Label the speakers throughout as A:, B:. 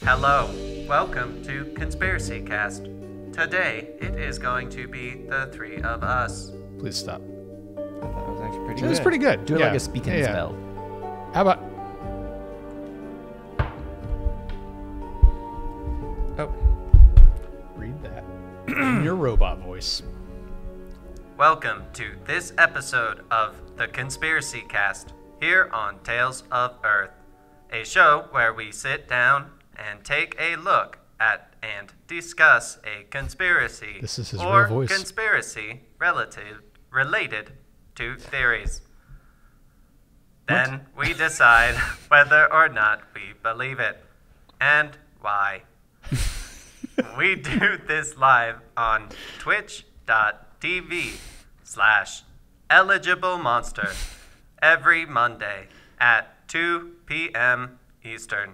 A: Hello, welcome to Conspiracy Cast. Today it is going to be the three of us.
B: Please stop.
C: I thought it was actually pretty
B: It was
C: good.
B: pretty good.
C: Do it like
B: Yeah.
C: a speak and
B: Yeah, yeah.
C: spell.
B: How about?
C: Oh,
B: Read that. in your robot voice.
A: Welcome to this episode of The Conspiracy Cast here on Tales of Earth, a show where we sit down and take a look at and discuss a conspiracy
B: This is his real
A: or
B: voice.
A: conspiracy relative related to theories. Then we decide whether or not we believe it and why. we do this live on twitch.tv slash eligible monster every Monday at 2 p.m. Eastern.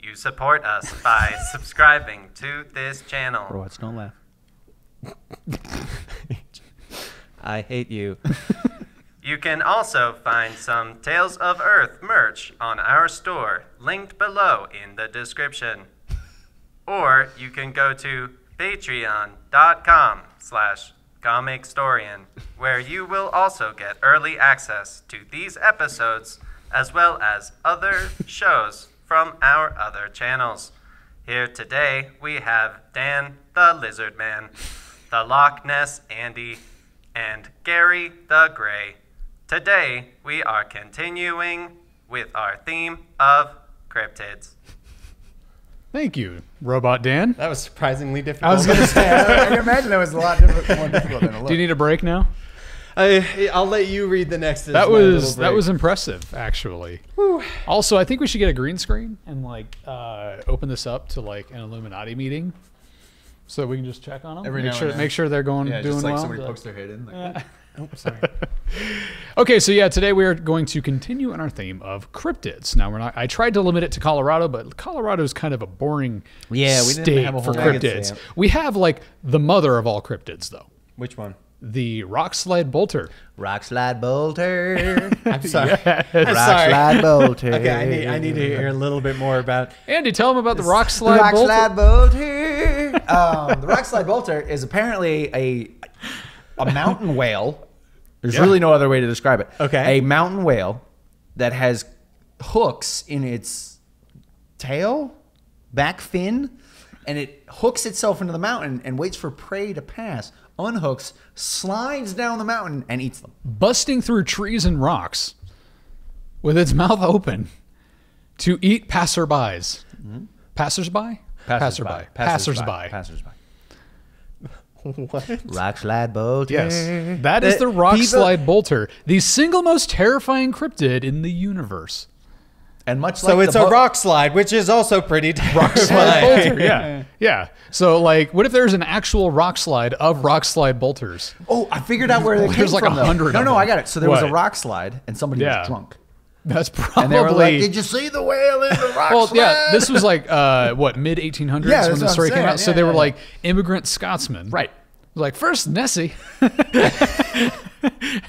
A: You support us by subscribing to this channel.
C: Overwatch, don't laugh. I hate you.
A: You can also find some Tales of Earth merch on our store, linked below in the description. Or you can go to patreon.com slash comicstorian, where you will also get early access to these episodes as well as other shows from our other channels. Here today we have Dan the Lizard Man, the Loch Ness Andy, and Gary the Gray. Today we are continuing with our theme of cryptids.
B: Thank you, Robot Dan.
C: That was surprisingly difficult.
B: I was gonna say.
D: I can imagine that was a lot different, more difficult than a look.
B: Do you need a break now?
C: I, I'll let you read the next.
B: That was that was impressive, actually. Also, I think we should get a green screen and like uh, open this up to like an Illuminati meeting, so we can just check on them.
D: Every
B: make
D: now
B: sure
D: and then.
B: make sure they're going
D: yeah,
B: doing
D: just like
B: well.
D: somebody
B: Be like,
D: pokes their head in. Like,
B: Okay, so yeah, today we are going to continue in our theme of cryptids. Now we're not. I tried to limit it to Colorado, but Colorado is kind of a boring
C: Yeah, we didn't
B: state
C: have a
B: for
C: whole lot. I could
B: cryptids.
C: say it.
B: We have like the mother of all cryptids, though,
D: Which one?
B: the rock slide bolter.
C: Rock slide bolter. I'm sorry.
B: Yes.
C: Rock
D: sorry.
C: slide bolter.
D: Okay, I need, I need to hear a little bit more about.
B: Andy, tell them about the rock
C: The
B: slide
C: rock
B: bolter.
C: slide bolter. um, the rock slide bolter is apparently a a mountain whale. There's really no other way to describe it.
D: Okay.
C: a mountain whale that has hooks in its tail, back fin, and it hooks itself into the mountain and waits for prey to pass. Unhooks, slides down the mountain, and eats them.
B: busting through trees and rocks with its mouth open to eat passerbys. Passersby? Passerby. Passersby.
C: Passersby. What? Rock slide bolter.
B: Yes. That is
C: That
B: the rock
C: people-
B: slide bolter, the single most terrifying cryptid in the universe.
C: And much like
D: So it's
C: the
D: a
C: bo-
D: rock slide, which is also pretty rock
B: bolter, yeah. Yeah. So like what if there's an actual rock slide of rock slide bolters?
C: Oh, I figured out where they
B: There's
C: came
B: like
C: from, though.
B: 100
C: No,
B: of
C: no,
B: them.
C: I got it. So there was
B: What?
C: a rock slide, and somebody
B: Yeah.
C: was drunk,
B: That's probably
C: and they were like, "Did you see the whale in the rock
B: well,
C: slide?"
B: yeah, this was like uh, what mid 1800s
C: Yeah, that's
B: when the
C: what
B: story
C: I'm
B: came
C: saying.
B: out. so
C: Yeah,
B: they were
C: yeah,
B: like immigrant Scotsmen,
C: Right.
B: Like first Nessie,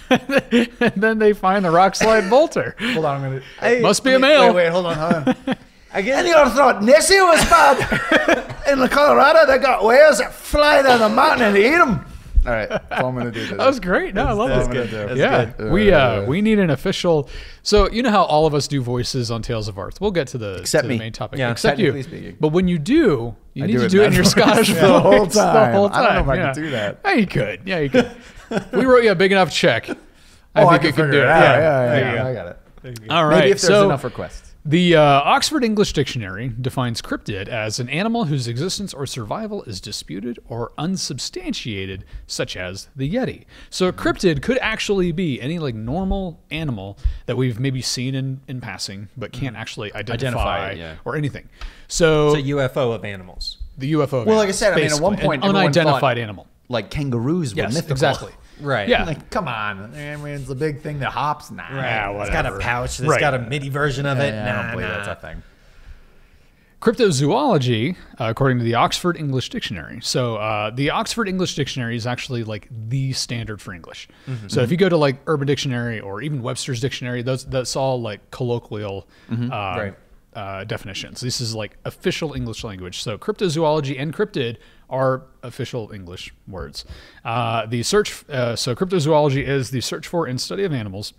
B: and then they find the rock slide bolter.
D: Hold on, I'm gonna.
B: Must be a
D: wait,
B: male.
D: Wait, wait, hold on, hold on. I
C: And
D: guess
C: you thought Nessie was bad in the Colorado. They got whales that fly down the mountain and eat them.
D: All right, that's all I'm gonna do. To
B: That was great. No, I love
D: that's
B: it.
D: good. That's
B: yeah,
D: good.
B: we uh,
D: Uh,
B: we need an official. So you know how all of us do voices on Tales of Earth. We'll get to the
C: Except
B: to the
C: me.
B: main topic.
D: Yeah,
B: except
C: technically
B: you.
C: speaking.
B: But when you do, you need
D: do
B: to
D: it
B: do it in
D: that
B: your
D: voice.
B: Scottish
D: Yeah, the whole
B: voice The whole
D: time. I don't know
B: time,
D: if I can
B: yeah.
D: do that.
B: Yeah, you could. Yeah, you could. we wrote you a big enough check. I think
C: Oh, I
B: you
C: can
B: could
C: figure
B: do
C: it
B: it.
C: out. Yeah, yeah,
B: yeah.
C: yeah, I got it.
B: All right.
C: Maybe if there's
B: so
C: enough requests.
B: the uh, Oxford English Dictionary defines cryptid as an animal whose existence or survival is disputed or unsubstantiated, such as the Yeti. So a cryptid could actually be any like normal animal that we've maybe seen in, in passing, but
C: Hmm.
B: can't actually identify,
D: Identify it, yeah.
B: or anything. So
D: it's a UFO of animals.
B: the UFO.
C: Well, like I said, I mean, at one point, everyone
B: unidentified
C: thought-
B: animal.
C: Like kangaroos were
B: Yes,
C: mythical.
B: exactly.
D: Right.
B: Yeah.
C: Like, come on. I mean, it's a big thing that hops now.
B: Yeah,
D: It's got a
B: Ah, whatever.
D: pouch. That's
B: Right.
D: got a mini version of it.
C: I don't
D: nah,
C: believe
D: nah.
C: that's a thing.
B: Cryptozoology, uh, according to the Oxford English Dictionary. So, uh, the Oxford English Dictionary is actually like the standard for English. So, if you go to like Urban Dictionary or even Webster's Dictionary, those that's all like colloquial uh, uh, definitions. This is like official English language. So cryptozoology and cryptid are official English words. Uh, the search. Uh, so cryptozoology is the search for and study of animals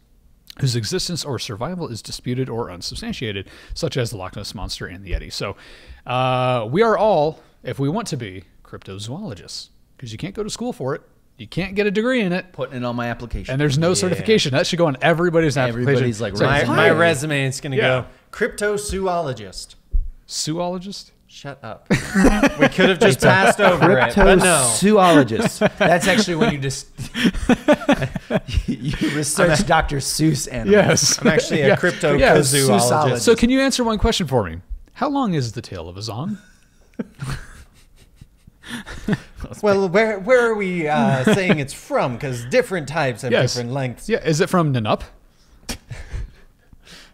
B: whose existence or survival is disputed or unsubstantiated, such as the Loch Ness Monster and the Yeti. So, uh, we are all, if we want to be, cryptozoologists, because you can't go to school for it. You can't get a degree in it,
C: Putting it on my application.
B: and there's no certification. That should go on everybody's application.
C: Everybody's like,
B: So,
D: My,
C: right.
B: why-
D: my resume is going to
B: Yeah.
D: go cryptozoologist.
B: zoologist?
D: Shut up. we could have just passed over it, but no.
C: Cryptozoologist. That's actually when you just you research Dr. Seuss animals.
B: Yes.
D: I'm actually
B: Yeah.
D: a
B: Yeah.
D: cryptozoologist.
B: So, can you answer one question for me? How long is the tail of a zong?
D: well, where where are we uh, saying it's from? Because different types have
B: Yes.
D: different lengths.
B: Yeah, is it from Nanup?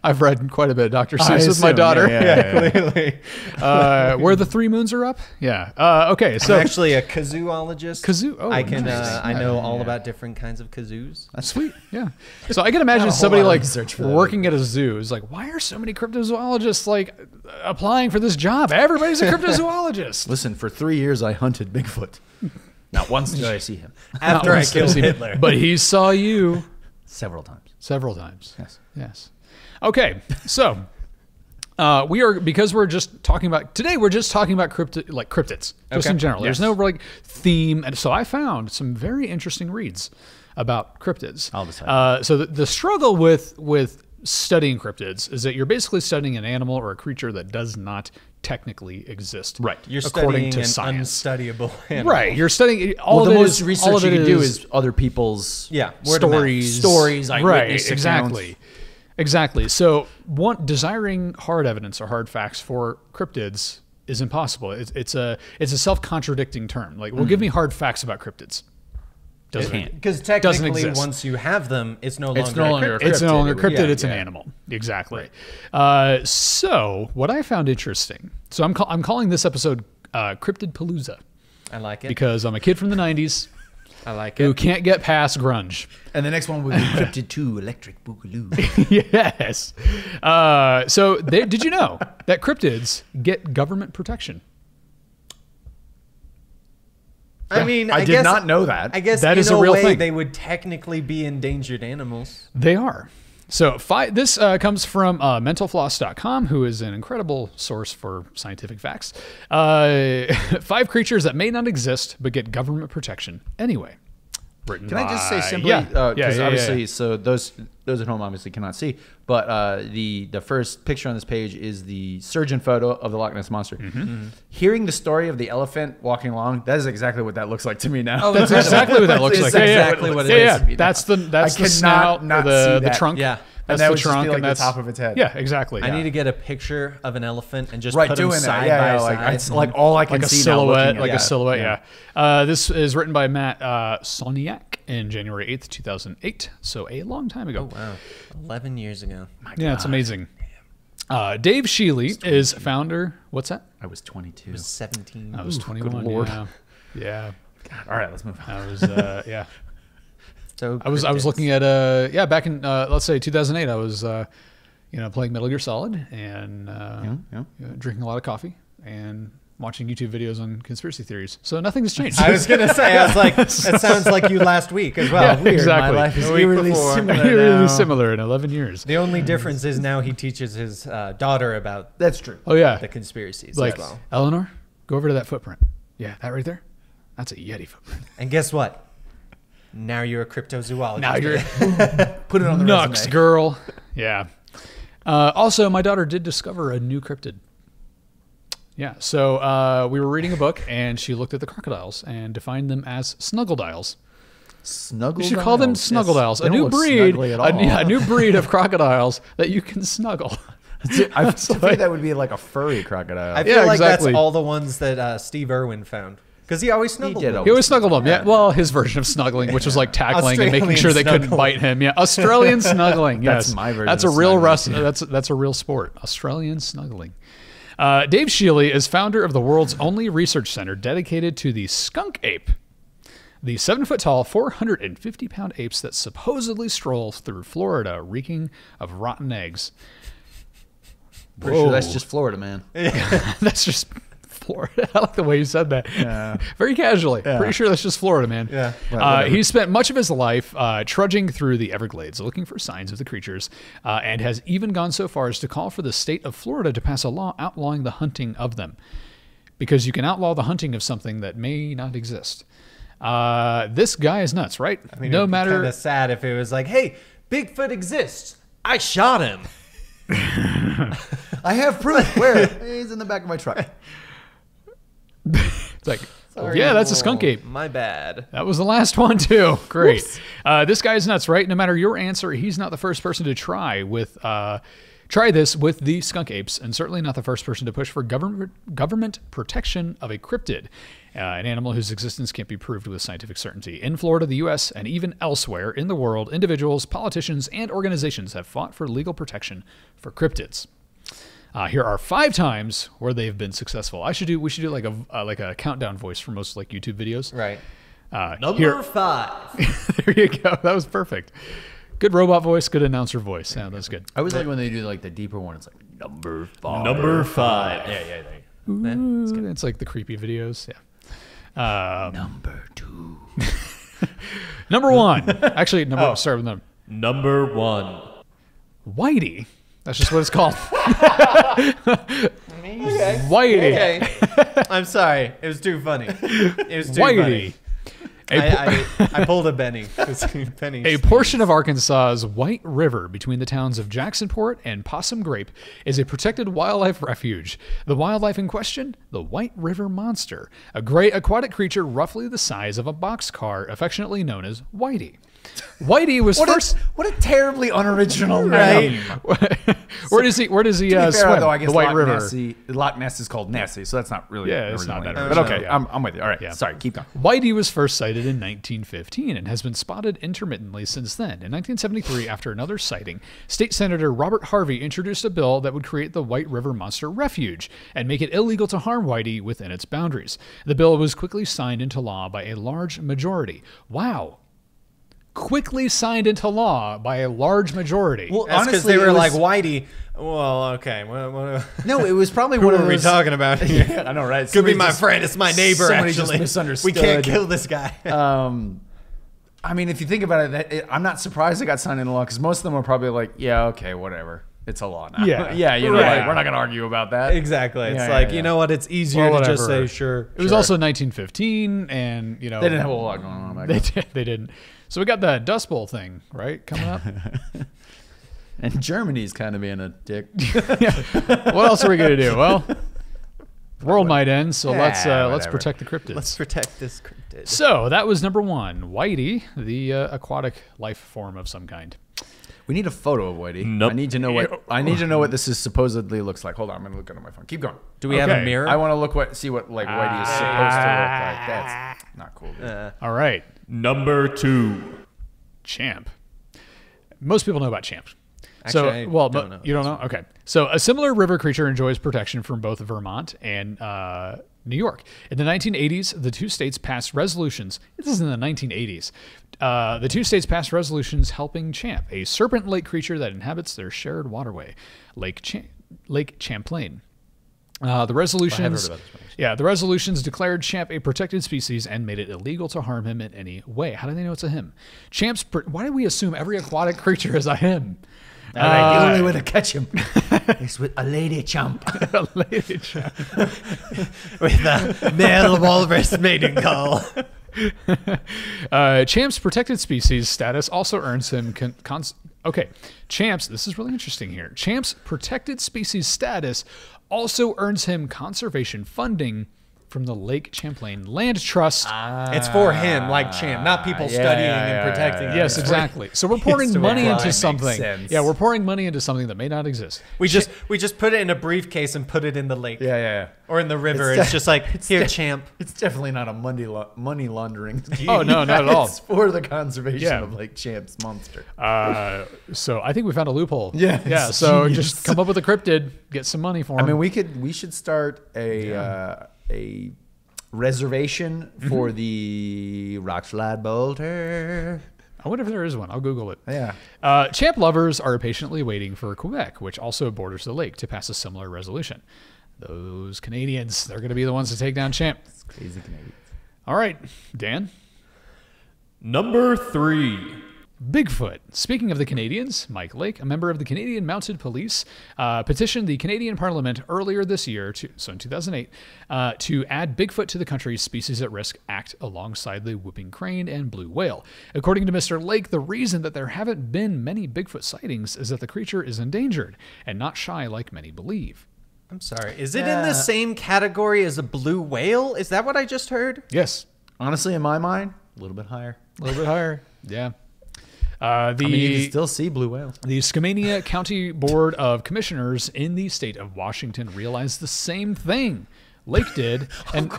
B: I've read quite a bit of Dr. Seuss with my
C: assume,
B: daughter.
C: yeah, yeah,
D: Clearly,
B: uh, where the three moons are up. Yeah. Uh, okay. So
D: I'm actually a kazoologist.
B: Kazoo- oh,
D: I can. Uh,
B: interesting.
D: I know all about different kinds of kazoos.
B: sweet. Yeah. So I can imagine
C: Not a whole
B: somebody
C: lot of
B: like
C: research for that.
B: working at a zoo is like, why are so many cryptozoologists like applying for this job? Everybody's a cryptozoologist.
C: Listen, for three years I hunted Bigfoot. Not once did I see him.
D: After I killed Hitler.
B: but he saw you
C: Several times.
B: several times.
C: Yes.
B: Yes. Okay. So uh, we are because we're just talking about today. We're just talking about crypto, like cryptids, just
D: Okay.
B: in general. There's
D: Yes.
B: no like theme, and so I found some very interesting reads about cryptids.
C: I'll decide.
B: Uh, so the, the struggle with with studying cryptids is that you're basically studying an animal or a creature that does not technically exist. Right.
D: You're
B: according
D: studying
B: to
D: an
B: science.
D: unstudyable animal.
B: Right. You're studying all
C: All
B: of
C: the
B: it
C: most
B: is-
C: research
B: all of
C: you
B: it
C: can do is other people's
D: Yeah. word of mouth.
B: stories,
C: Stories,
B: right?
C: eyewitness
B: Exactly, exactly. So, one desiring hard evidence or hard facts for cryptids is impossible. It's, it's a it's a self contradicting term. Like, well, give me hard facts about cryptids. Doesn't
D: Because
B: Doesn't
D: technically,
B: exist.
D: once you have them, it's no longer.
C: no longer a
D: cryptid.
B: It's no
C: cryptid,
B: longer
C: it would-
B: cryptid.
D: yeah,
B: it's an
D: yeah.
B: animal. Exactly. Uh, so, what I found interesting. So, I'm call, I'm calling this episode uh, Cryptid Palooza
D: I like it.
B: because I'm a kid from the '90s
D: I like
B: who
D: it.
B: can't get past grunge.
C: And the next one would be Cryptid 2 Electric Boogaloo.
B: yes. Uh, so they, did you know that cryptids get government protection?
D: I mean,
C: I
D: I,
C: did
D: guess,
C: not know that.
D: I guess
B: That
D: in
B: is a
D: a
B: real
D: way,
B: thing.
D: They would technically be endangered animals.
B: They are. So fi- this uh, comes from uh, mentalfloss.com, who is an incredible source for scientific facts. Uh, five creatures that may not exist but get government protection anyway. Written
C: Can I just say
B: by-
C: simply?
B: Yeah.
C: Because
B: yeah, yeah, yeah,
C: obviously,
B: yeah.
C: so those those at home obviously cannot see, but uh, the the first picture on this page is the surgeon photo of the Loch Ness monster.
B: Mm-hmm.
C: Hearing the story of the elephant walking along, that is exactly what that looks like to me now.
D: Oh,
B: That's exactly what that looks like.
C: That's
B: Yeah, yeah.
C: exactly what it
B: Yeah,
C: is
B: yeah.
C: to me now.
B: That's the that's
C: I
B: the
C: cannot
B: snout, or
C: not
B: the
C: see
B: the
C: that.
B: trunk.
D: Yeah.
B: that's
C: that
B: the
C: would just be
B: trunk,
C: like
B: and
C: the
B: that's
C: top of its head.
B: Yeah, exactly.
D: I
B: Yeah.
D: need to get a picture of an elephant and just
C: Right,
D: put them
C: doing it.
D: side
C: yeah,
D: by
C: yeah,
D: side.
C: like, it's like all I can
B: like a
C: see now looking
B: silhouette,
C: at
B: like
C: it.
B: a silhouette. Yeah. Uh, this is written by Matt uh, Soniak in January eighth, two thousand eight. So a long time ago.
C: Oh,
D: wow, eleven years ago.
B: yeah, it's amazing. Uh, Dave Sheely is founder. What's that?
C: I was 22.
D: Seventeen.
B: I was twenty one.
C: lord.
B: Yeah. Yeah.
C: All right, let's move on.
B: I was. Uh, yeah.
D: so
B: I was. I was
D: cryptids.
B: looking at. Uh, yeah. Back in uh, let's say two thousand eight, I was. Uh, you know, playing Metal Gear Solid and uh,
C: yeah.
B: you know, drinking a lot of coffee and watching YouTube videos on conspiracy theories. So nothing's changed.
D: I was gonna say. I was like, that sounds like you last week as well.
B: Yeah,
D: Weird.
B: exactly.
D: My life is
B: The
C: week
D: eerily
C: before.
D: similar.
B: Really
D: now.
B: similar in 11 years.
D: The only difference is now he teaches his uh, daughter about
C: That's true.
B: Oh yeah,
D: the conspiracies
B: like
D: as well.
B: Eleanor, go over to that footprint. Yeah, that right there. That's a Yeti footprint.
D: And guess what? Now you're a cryptozoologist.
B: Now you're
C: Put it on the
B: Nux
C: resume.
B: girl. Yeah. Uh, also, my daughter did discover a new cryptid. Yeah, so uh, we were reading a book and she looked at the crocodiles and defined them as snuggleiles.
C: Snuggle.
B: You should call them snuggleiles, a new breed, a,
C: At all.
B: yeah, a new breed of crocodiles that you can snuggle.
C: I think that would be like a furry crocodile.
D: I feel
B: Yeah,
D: like
B: exactly.
D: that's all the ones that uh, Steve Irwin found because he always snuggled.
C: did
D: them.
B: He
C: always-
B: always snuggled him. Yeah. Well, his version of snuggling, which was like tackling and making
D: Australian
B: sure they couldn't
D: snuggling.
B: bite him. Yeah, Australian snuggling. Yes.
C: That's my version
B: That's
C: of
B: a real
C: snuggling,
B: rus- That's that's a real sport. Australian snuggling. Uh, Dave Sheely is founder of the world's only research center dedicated to the skunk ape, the seven foot tall, 450 pound apes that supposedly stroll through Florida reeking of rotten eggs.
C: Pretty sure that's
B: Whoa.
C: just Florida, man.
B: that's just Florida. I like the way you said that. Very casually. Pretty sure that's just Florida, man.
D: Yeah, but
B: Uh, he spent much of his life uh, trudging through the Everglades looking for signs of the creatures uh, and has even gone so far as to call for the state of Florida to pass a law outlawing the hunting of them because you can outlaw the hunting of something that may not exist. Uh, this guy is nuts, right?
D: I mean,
B: no matter.
D: Kind of sad if it was like, hey, Bigfoot exists. I shot him.
C: I have proof. Where? He's in the back of my truck.
B: It's like, yeah, that's a skunk ape.
D: Oh, My bad.
B: That was the last one too. Great. Uh, this guy's nuts, right? No matter your answer, he's not the first person to try with uh, try this with the skunk apes, and certainly not the first person to push for government government protection of a cryptid, uh, an animal whose existence can't be proved with scientific certainty. In Florida, the U.S., and even elsewhere in the world, individuals, politicians, and organizations have fought for legal protection for cryptids. Uh, here are five times where they've been successful. I should do. We should do like a uh, like a countdown voice for most like YouTube videos.
D: Right.
B: Uh,
D: Number
B: here-
D: five.
B: there you go. That was perfect. Good robot voice, good announcer voice. Yeah, that's good.
C: I always like when they do like the deeper one. It's like number five.
D: Number five. Yeah, yeah, yeah.
B: Ooh, it's like the creepy videos. Yeah.
C: Number two.
B: Number one. Actually, number. Start with number.
D: Number one.
B: Whitey. That's just what it's called. Whitey.
D: Okay. I'm sorry. It was too funny. It was too
B: Whitey.
D: funny.
B: A,
D: I, I, I pulled a Benny. 'Cause Benny.
B: a portion of Arkansas's White River between the towns of Jacksonport and Possum Grape is a protected wildlife refuge. The wildlife in question, the White River Monster, a great aquatic creature roughly the size of a boxcar, affectionately known as Whitey. Whitey was
C: What
B: first.
C: a, what a terribly unoriginal
D: Right?
C: name.
B: where does he? Where does he uh,
C: To be fair,
B: swim?
C: though, I guess
B: the White
C: Loch
B: River.
C: Nessie, Loch Ness is called Nessie, so that's not really
B: Yeah, it's
C: original
B: not that
C: either.
B: original.
C: But okay,
B: Yeah.
C: I'm, I'm with you. All right, sorry, keep going.
B: Whitey was first sighted in 1915 and has been spotted intermittently since then. In 1973, after another sighting, State Senator Robert Harvey introduced a bill that would create the White River Monster Refuge and make it illegal to harm Whitey within its boundaries. The bill was quickly signed into law by a large majority. Wow. Quickly signed into law by a large majority.
C: Well,
D: That's because
C: honestly,
D: they
C: it
D: were
C: was-
D: like Whitey. Well, okay. What, what,
C: No, it was probably
D: who
C: one of
D: are we
C: those.
D: talking about here?
C: I know, right?
D: Could be
C: Somebody
D: my
C: just-
D: friend. It's my neighbor.
C: somebody just
D: Actually,
C: misunderstood.
D: We can't kill this guy.
C: Um, I mean, if you think about it, that it I'm not surprised it got signed into law because most of them are probably like, yeah, okay, whatever. It's a law now.
B: Yeah.
C: yeah, you know,
B: Right.
C: like, we're not going to argue about that.
D: exactly. It's
C: Yeah, yeah,
D: like
C: yeah.
D: you know what? It's easier
B: Well,
D: to just
B: whatever.
D: say sure.
B: It was also 1915, and you know
C: They didn't have a lot going on back
B: They
C: then.
B: did. They didn't. So we got the Dust Bowl thing right coming up.
C: And Germany's kind of being a dick.
B: what else are we gonna do? Well, the world might end, so let's
C: Yeah,
B: uh, let's
C: whatever.
B: protect the cryptids.
D: Let's protect this cryptid.
B: so that was number one, Whitey, the uh, aquatic life form of some kind.
C: we need a photo of Whitey.
D: Nope.
C: I need to know what I need to know what this is supposedly looks like. Hold on, I'm going to look it on my phone. Keep going.
D: Do we have
B: Okay.
D: a mirror?
C: I want to look what see what like Whitey is supposed to look like. That's not cool. dude.
B: All right,
D: Number two.
B: Champ. Most people know about Champ.
D: Actually, I
B: so, well,
D: don't
B: but
D: know.
B: you don't know? Okay. So, a similar river creature enjoys protection from both Vermont and uh, New York. In the 1980s, the two states passed resolutions. This is in the 1980s. Uh, the two states passed resolutions helping Champ, a serpent lake creature that inhabits their shared waterway, Lake, Cha- lake Champlain. Uh, the resolutions,
D: about this
B: yeah, the resolutions declared Champ a protected species and made it illegal to harm him in any way. How do they know it's a him? Champ's. Pr- Why do we assume every aquatic creature is a him?
D: Uh,
C: the only way to catch him is with a lady champ.
B: Lady Champ.
D: With a male walrus mating call.
B: Uh, Champ's protected species status also earns him con- cons- okay. Champ's. This is really interesting here. Champ's protected species status also earns him conservation funding from the Lake Champlain Land Trust.
D: It's for him, like champ, not people
C: Ah, yeah,
D: studying
C: yeah, yeah,
D: and protecting.
C: yeah,
D: him.
C: yeah.
B: Yes, exactly. So we're pouring
D: the
B: money
D: way.
B: into
D: Makes
B: something.
C: sense.
B: Yeah, we're pouring money into something that may not exist.
D: We just we just put it in a briefcase and put it in the lake
C: Yeah, yeah, yeah.
D: or in the river.
C: It's
D: It's,
C: de-
D: just like here,
C: de-
D: champ.
C: It's definitely not a money la- money laundering. scheme.
B: Oh, no, not at all.
C: It's for the conservation
B: Yeah.
C: of Lake Champ's monster.
B: Uh, so I think we found a loophole.
C: Yeah,
B: yeah.
C: it's
B: So
C: genius.
B: just come up with a cryptid, get some money for him.
C: I mean, we could we should start a uh, a
B: Mm-hmm.
C: reservation for the Rock Slide Boulder.
B: I I wonder if there is one. I'll Google it.
C: Yeah.
B: Uh, champ lovers are patiently waiting for Quebec, which also borders the lake, to pass a similar resolution. Those Canadians, they're going to be the ones to take down Champ.
C: Crazy Canadians.
B: All right, Dan.
E: Number three.
B: Bigfoot. Speaking of the Canadians, Mike Lake, a member of the Canadian Mounted Police, uh, petitioned the Canadian Parliament earlier this year, to, so in 2008, uh, to add Bigfoot to the country's Species at Risk Act alongside the whooping crane and blue whale. According to Mr. Lake, the reason that there haven't been many Bigfoot sightings is that the creature is endangered and not shy like many believe.
D: I'm sorry. Is it in the same category as a blue whale? Is that what I just heard?
B: Yes,
C: Honestly, in my mind, a little bit higher.
B: a little bit higher. Yeah. Uh, the
C: I mean, you can still see blue whales.
B: The Skamania County Board of Commissioners in the state of Washington realized the same thing Lake did, and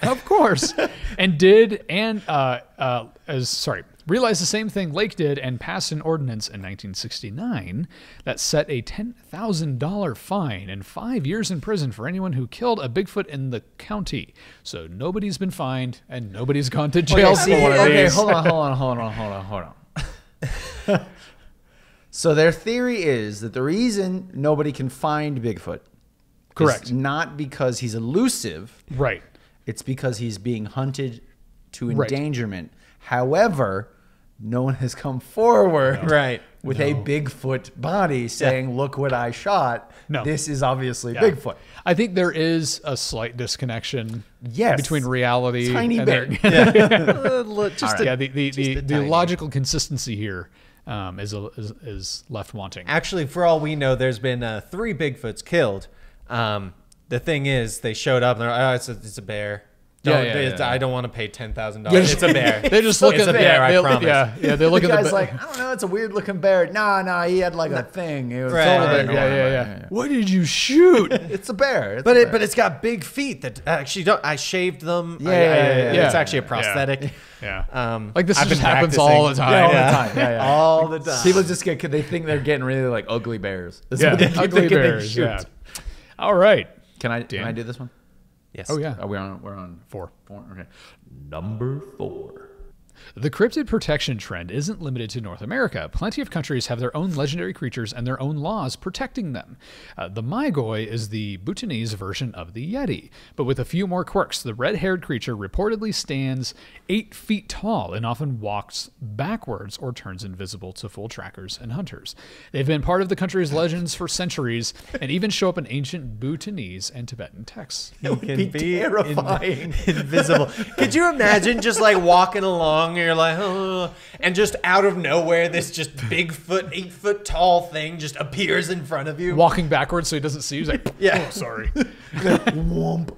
B: of course, and did and uh, uh, as sorry realized the same thing Lake did and passed an ordinance in 1969 that set a ten thousand dollar fine and five years in prison for anyone who killed a Bigfoot in the county. So nobody's been fined and nobody's gone to jail
C: See,
B: for one of
C: okay,
B: these.
C: hold on, hold on, hold on, hold on, hold on. so their theory is that the reason nobody can find Bigfoot
B: Correct.
C: is not because he's elusive,
B: Right.
C: it's because he's being hunted to
B: Right.
C: endangerment. However, no one has come forward
D: Right.
C: with a Bigfoot body saying, "Look what I shot."
B: No.
C: This is obviously
B: Yeah.
C: Bigfoot.
B: I think there is a slight disconnection
C: Yes.
B: between reality
C: Tiny
B: and
C: bit.
B: their-
D: Uh, look, just a-
B: yeah, the the, the,
D: a
B: the
D: tiny.
B: logical consistency here um, is, a, is is left wanting.
D: Actually, for all we know, there's been uh, three Bigfoots killed. Um, the thing is, they showed up and they're like, oh, it's a, it's a bear.
B: Yeah,
D: Don't-
B: yeah,
D: it's-
B: yeah.
D: I don't want to pay ten thousand dollars. It's a bear.
B: They just look
D: it's
B: at
D: a
B: the-
D: bear. I
B: they-
D: promise.
B: Yeah, yeah, they look
C: the
B: at the
C: guy's
B: ba-
C: like, I don't know, it's a weird looking bear. Nah, nah, he had like a thing. It was
D: Right,
C: all
D: right,
C: there.
B: yeah, yeah, yeah, What did you shoot?
C: It's a bear. It's
D: But
C: a
D: it
C: bear.
D: but it's got big feet that actually don't. I shaved them. I-
C: Yeah, yeah,
D: I-
C: yeah,
B: yeah.
D: It's actually a
B: Yeah.
D: prosthetic.
B: yeah,
D: Um,
B: like this
D: I've
B: just
D: been
B: happens
D: practicing.
B: all the time.
C: all
D: Yeah.
C: the time. Yeah, yeah.
D: All the time.
C: People just get they think they're getting really like ugly bears. That's
B: Yeah,
C: what they keep
B: ugly
C: thinking they
B: bears.
C: shoot.
B: Yeah. All right.
C: Can I can I do this one?
D: Yes.
B: Oh yeah.
C: Are we on we're on
B: Four.
C: four? Okay.
E: Number four.
B: The cryptid protection trend isn't limited to North America. Plenty of countries have their own legendary creatures and their own laws protecting them. Uh, the Maigoi is the Bhutanese version of the Yeti, but with a few more quirks. The red haired creature reportedly stands eight feet tall and often walks backwards or turns invisible to full trackers and hunters. They've been part of the country's legends for centuries and even show up in ancient Bhutanese and Tibetan texts.
D: You can
C: be terrifying.
D: invisible. Could you imagine just like walking along and you're like, oh, and just out of nowhere, this just big foot, eight foot tall thing just appears in front of you?
B: Walking backwards so he doesn't see you. He's like,
D: Yeah.
B: oh, sorry.
C: Whoomp.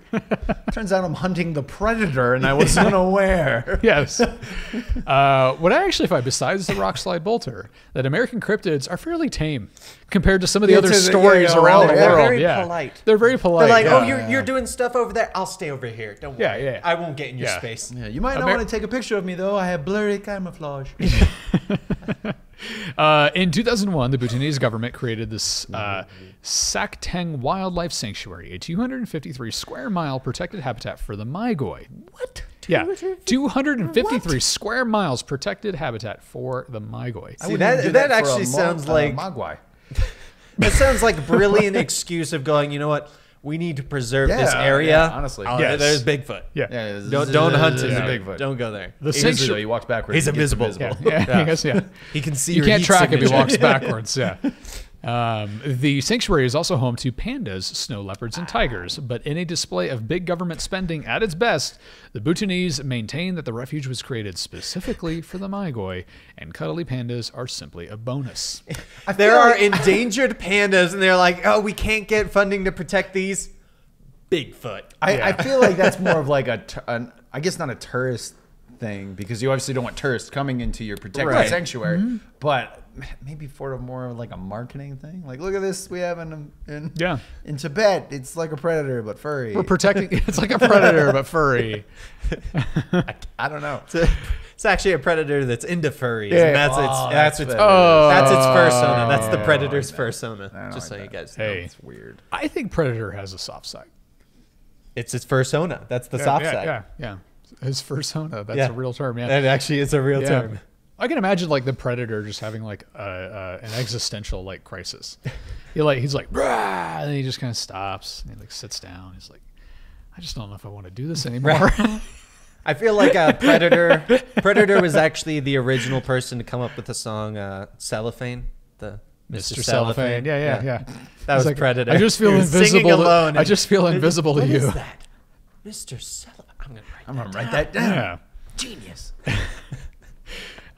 C: Turns out I'm hunting the predator and I was unaware.
B: yes. Uh, what I actually find, besides the rock slide bolter, that American cryptids are fairly tame compared to some of the
C: Yeah,
B: other
C: to the-
B: stories
C: yeah, yeah,
B: around
C: oh,
B: the
C: they're
B: world.
D: very
B: yeah.
D: polite.
B: They're very polite.
D: They're like,
B: yeah.
D: oh, you're, you're doing stuff over there. I'll stay over here. Don't worry.
B: Yeah, yeah, yeah.
D: I won't get in your
B: Yeah.
D: space.
C: Yeah, you might not
B: Amer-
C: want to take a picture of me though. I have blurry camouflage.
B: Uh, in 2001, the Bhutanese government created this uh, Sakteng Wildlife Sanctuary, a 253 square mile protected habitat for the Maigoi. What? Yeah, 253 square miles protected habitat for the Maigoi.
D: See, that, that, actually sounds like
C: Uh, Mogwai.
D: that sounds like brilliant excuse of going. You know what? We need to preserve this
C: Yeah,
D: area.
C: yeah, honestly.
D: Oh,
B: Yes.
D: there's Bigfoot.
B: Yeah.
D: Don't don't hunt it.
B: Yeah.
D: Bigfoot. Don't go there.
B: The
C: He is, though.
B: sanctuary.
C: He walks backwards.
D: He's
C: He gets
D: invisible.
B: Yeah, yeah, I guess, yeah.
D: He can see
B: you
D: your
B: can't
D: heat
B: track if he
D: signature.
B: walks backwards. Yeah. Um, the sanctuary is also home to pandas, snow leopards, and tigers. But in a display of big government spending at its best, the Bhutanese maintain that the refuge was created specifically for the Maigoi, and cuddly pandas are simply a bonus.
D: There are endangered pandas, and they're like, oh, we can't get funding to protect these. Bigfoot.
C: I, I feel like that's more of like a, tu- an, I guess not a tourist thing because you obviously don't want tourists coming into your protected
D: Right.
C: sanctuary,
B: Mm-hmm.
C: but maybe for a more of like a marketing thing. Like, look at this we have in in,
B: Yeah.
C: in Tibet. It's like a predator but furry.
B: We're protecting. It's like a predator, but furry.
C: I don't know.
D: It's, a- it's actually a predator that's into furries.
B: Yeah.
D: and that's its
C: Oh,
D: that's,
C: that's
D: its
C: what it
B: is.
D: that's its
B: Oh.
D: fursona. That's the predator's fursona.
C: I don't
D: Just
C: like
D: so you
C: that.
D: guys know.
B: Hey,
C: It's weird.
B: I think predator has a soft side.
D: It's its fursona. That's the soft
B: yeah,
D: side.
B: Yeah, yeah. His fursona. That's
D: Yeah.
B: a real term. Yeah.
D: That actually is a real
B: Yeah.
D: term.
B: I can imagine like the predator just having like a, uh, an existential like crisis. He like he's like, Brah! and then he just kind of stops and he like sits down. He's like, I just don't know if I want to do this anymore.
D: I feel like uh, Predator. Predator was actually the original person to come up with the song uh, "Cellophane." The Mr.
B: Mr. Cellophane. Yeah, yeah, yeah.
D: That
B: He's
D: was Predator.
B: I just feel
D: He was singing
B: invisible. to-
D: alone
B: I
D: and-
B: just feel invisible to
D: What is
B: you.
D: that? Mr. Cellophane. I'm gonna write
C: I'm gonna write that down.
B: Yeah.
C: Genius.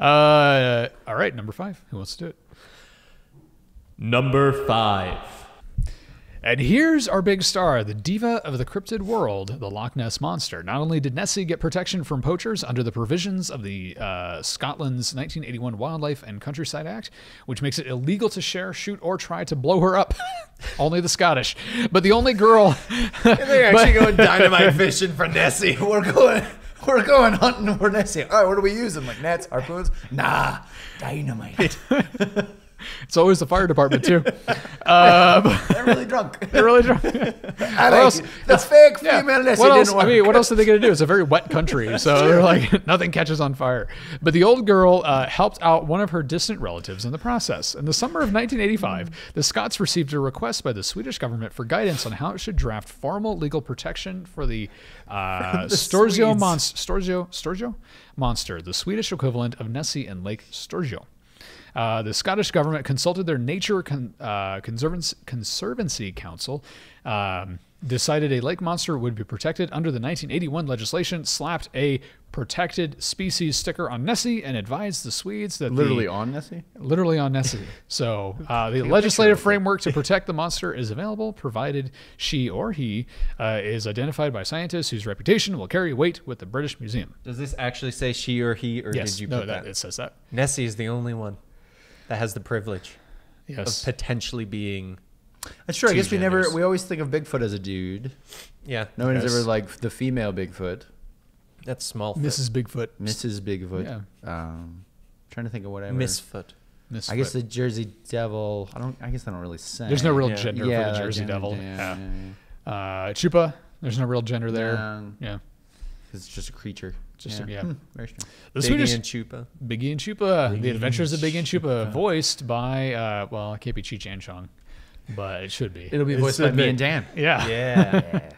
B: Uh, all right, number five. Who wants to do it?
E: Number 5.
B: And here's our big star, the diva of the cryptid world, the Loch Ness Monster. Not only did Nessie get protection from poachers under the provisions of the uh, Scotland's 1981 Wildlife and Countryside Act, which makes it illegal to share, shoot, or try to blow her up. only the Scottish. But the only girl.
D: They're actually going dynamite fishing for Nessie.
C: We're going. We're going hunting for Nessie. All right, what are we using? Like nets, harpoons? Nah, dynamite.
B: it's always the fire department, too.
C: They're really drunk.
B: They're really drunk.
C: Alex,
B: else-
C: the fake
B: Yeah.
C: female Nessie
B: what else?
C: didn't work.
B: I mean, what else are they going to do? It's a very wet country, so they're like nothing catches on fire. But the old girl uh, helped out one of her distant relatives in the process. In the summer of 1985, the Scots received a request by the Swedish government for guidance on how it should draft formal legal protection for the, uh, Storzio,
D: Swedes.
B: monst- Storzio, Storzio monster, the Swedish equivalent of Nessie and Lake Storzio. Uh, the Scottish government consulted their Nature Con- uh, Conservancy, Conservancy Council, um, decided a lake monster would be protected under the 1981 legislation, slapped a protected species sticker on Nessie, and advised the Swedes that the-
C: on Nessie.
B: literally on Nessie. So uh, the legislative framework to protect the monster is available, provided she or he uh, is identified by scientists whose reputation will carry weight with the British Museum.
D: Does this actually say she or he, or
B: Yes,
D: did you
B: no,
D: put that?
B: that it says that.
D: Nessie is the only one that has the privilege
B: Yes.
D: of potentially being.
C: That's true. I
D: Two
C: guess we never.
D: genders.
C: We always think of Bigfoot as a dude.
D: Yeah,
C: No one's
B: Yes.
C: ever like the female Bigfoot,
D: that's small. Foot.
B: Mrs. Bigfoot.
C: Mrs. Bigfoot. Um, trying to think of whatever.
D: Misfoot.
B: Miss
C: I guess
B: Foot.
C: the Jersey Devil. I don't. I guess I don't really say.
B: There's no real
D: Yeah.
B: gender for
C: Yeah,
B: the Jersey
C: yeah,
B: Devil.
C: yeah,
B: Yeah.
C: yeah,
B: Uh, Chupa, there's no real gender there.
C: No.
B: Yeah.
C: 'Cause It's just a creature.
B: Just a- yeah.
C: Hmm, very strange.
B: The
D: Biggie
B: Swedish
D: and Chupa.
B: Biggie and Chupa, The Adventures of Biggie and Chupa, voiced by uh, well, it can't be Cheech and Chong, but it should be.
C: It'll be
B: It's
C: voiced by
B: the-
C: me and Dan.
B: Yeah.
D: Yeah.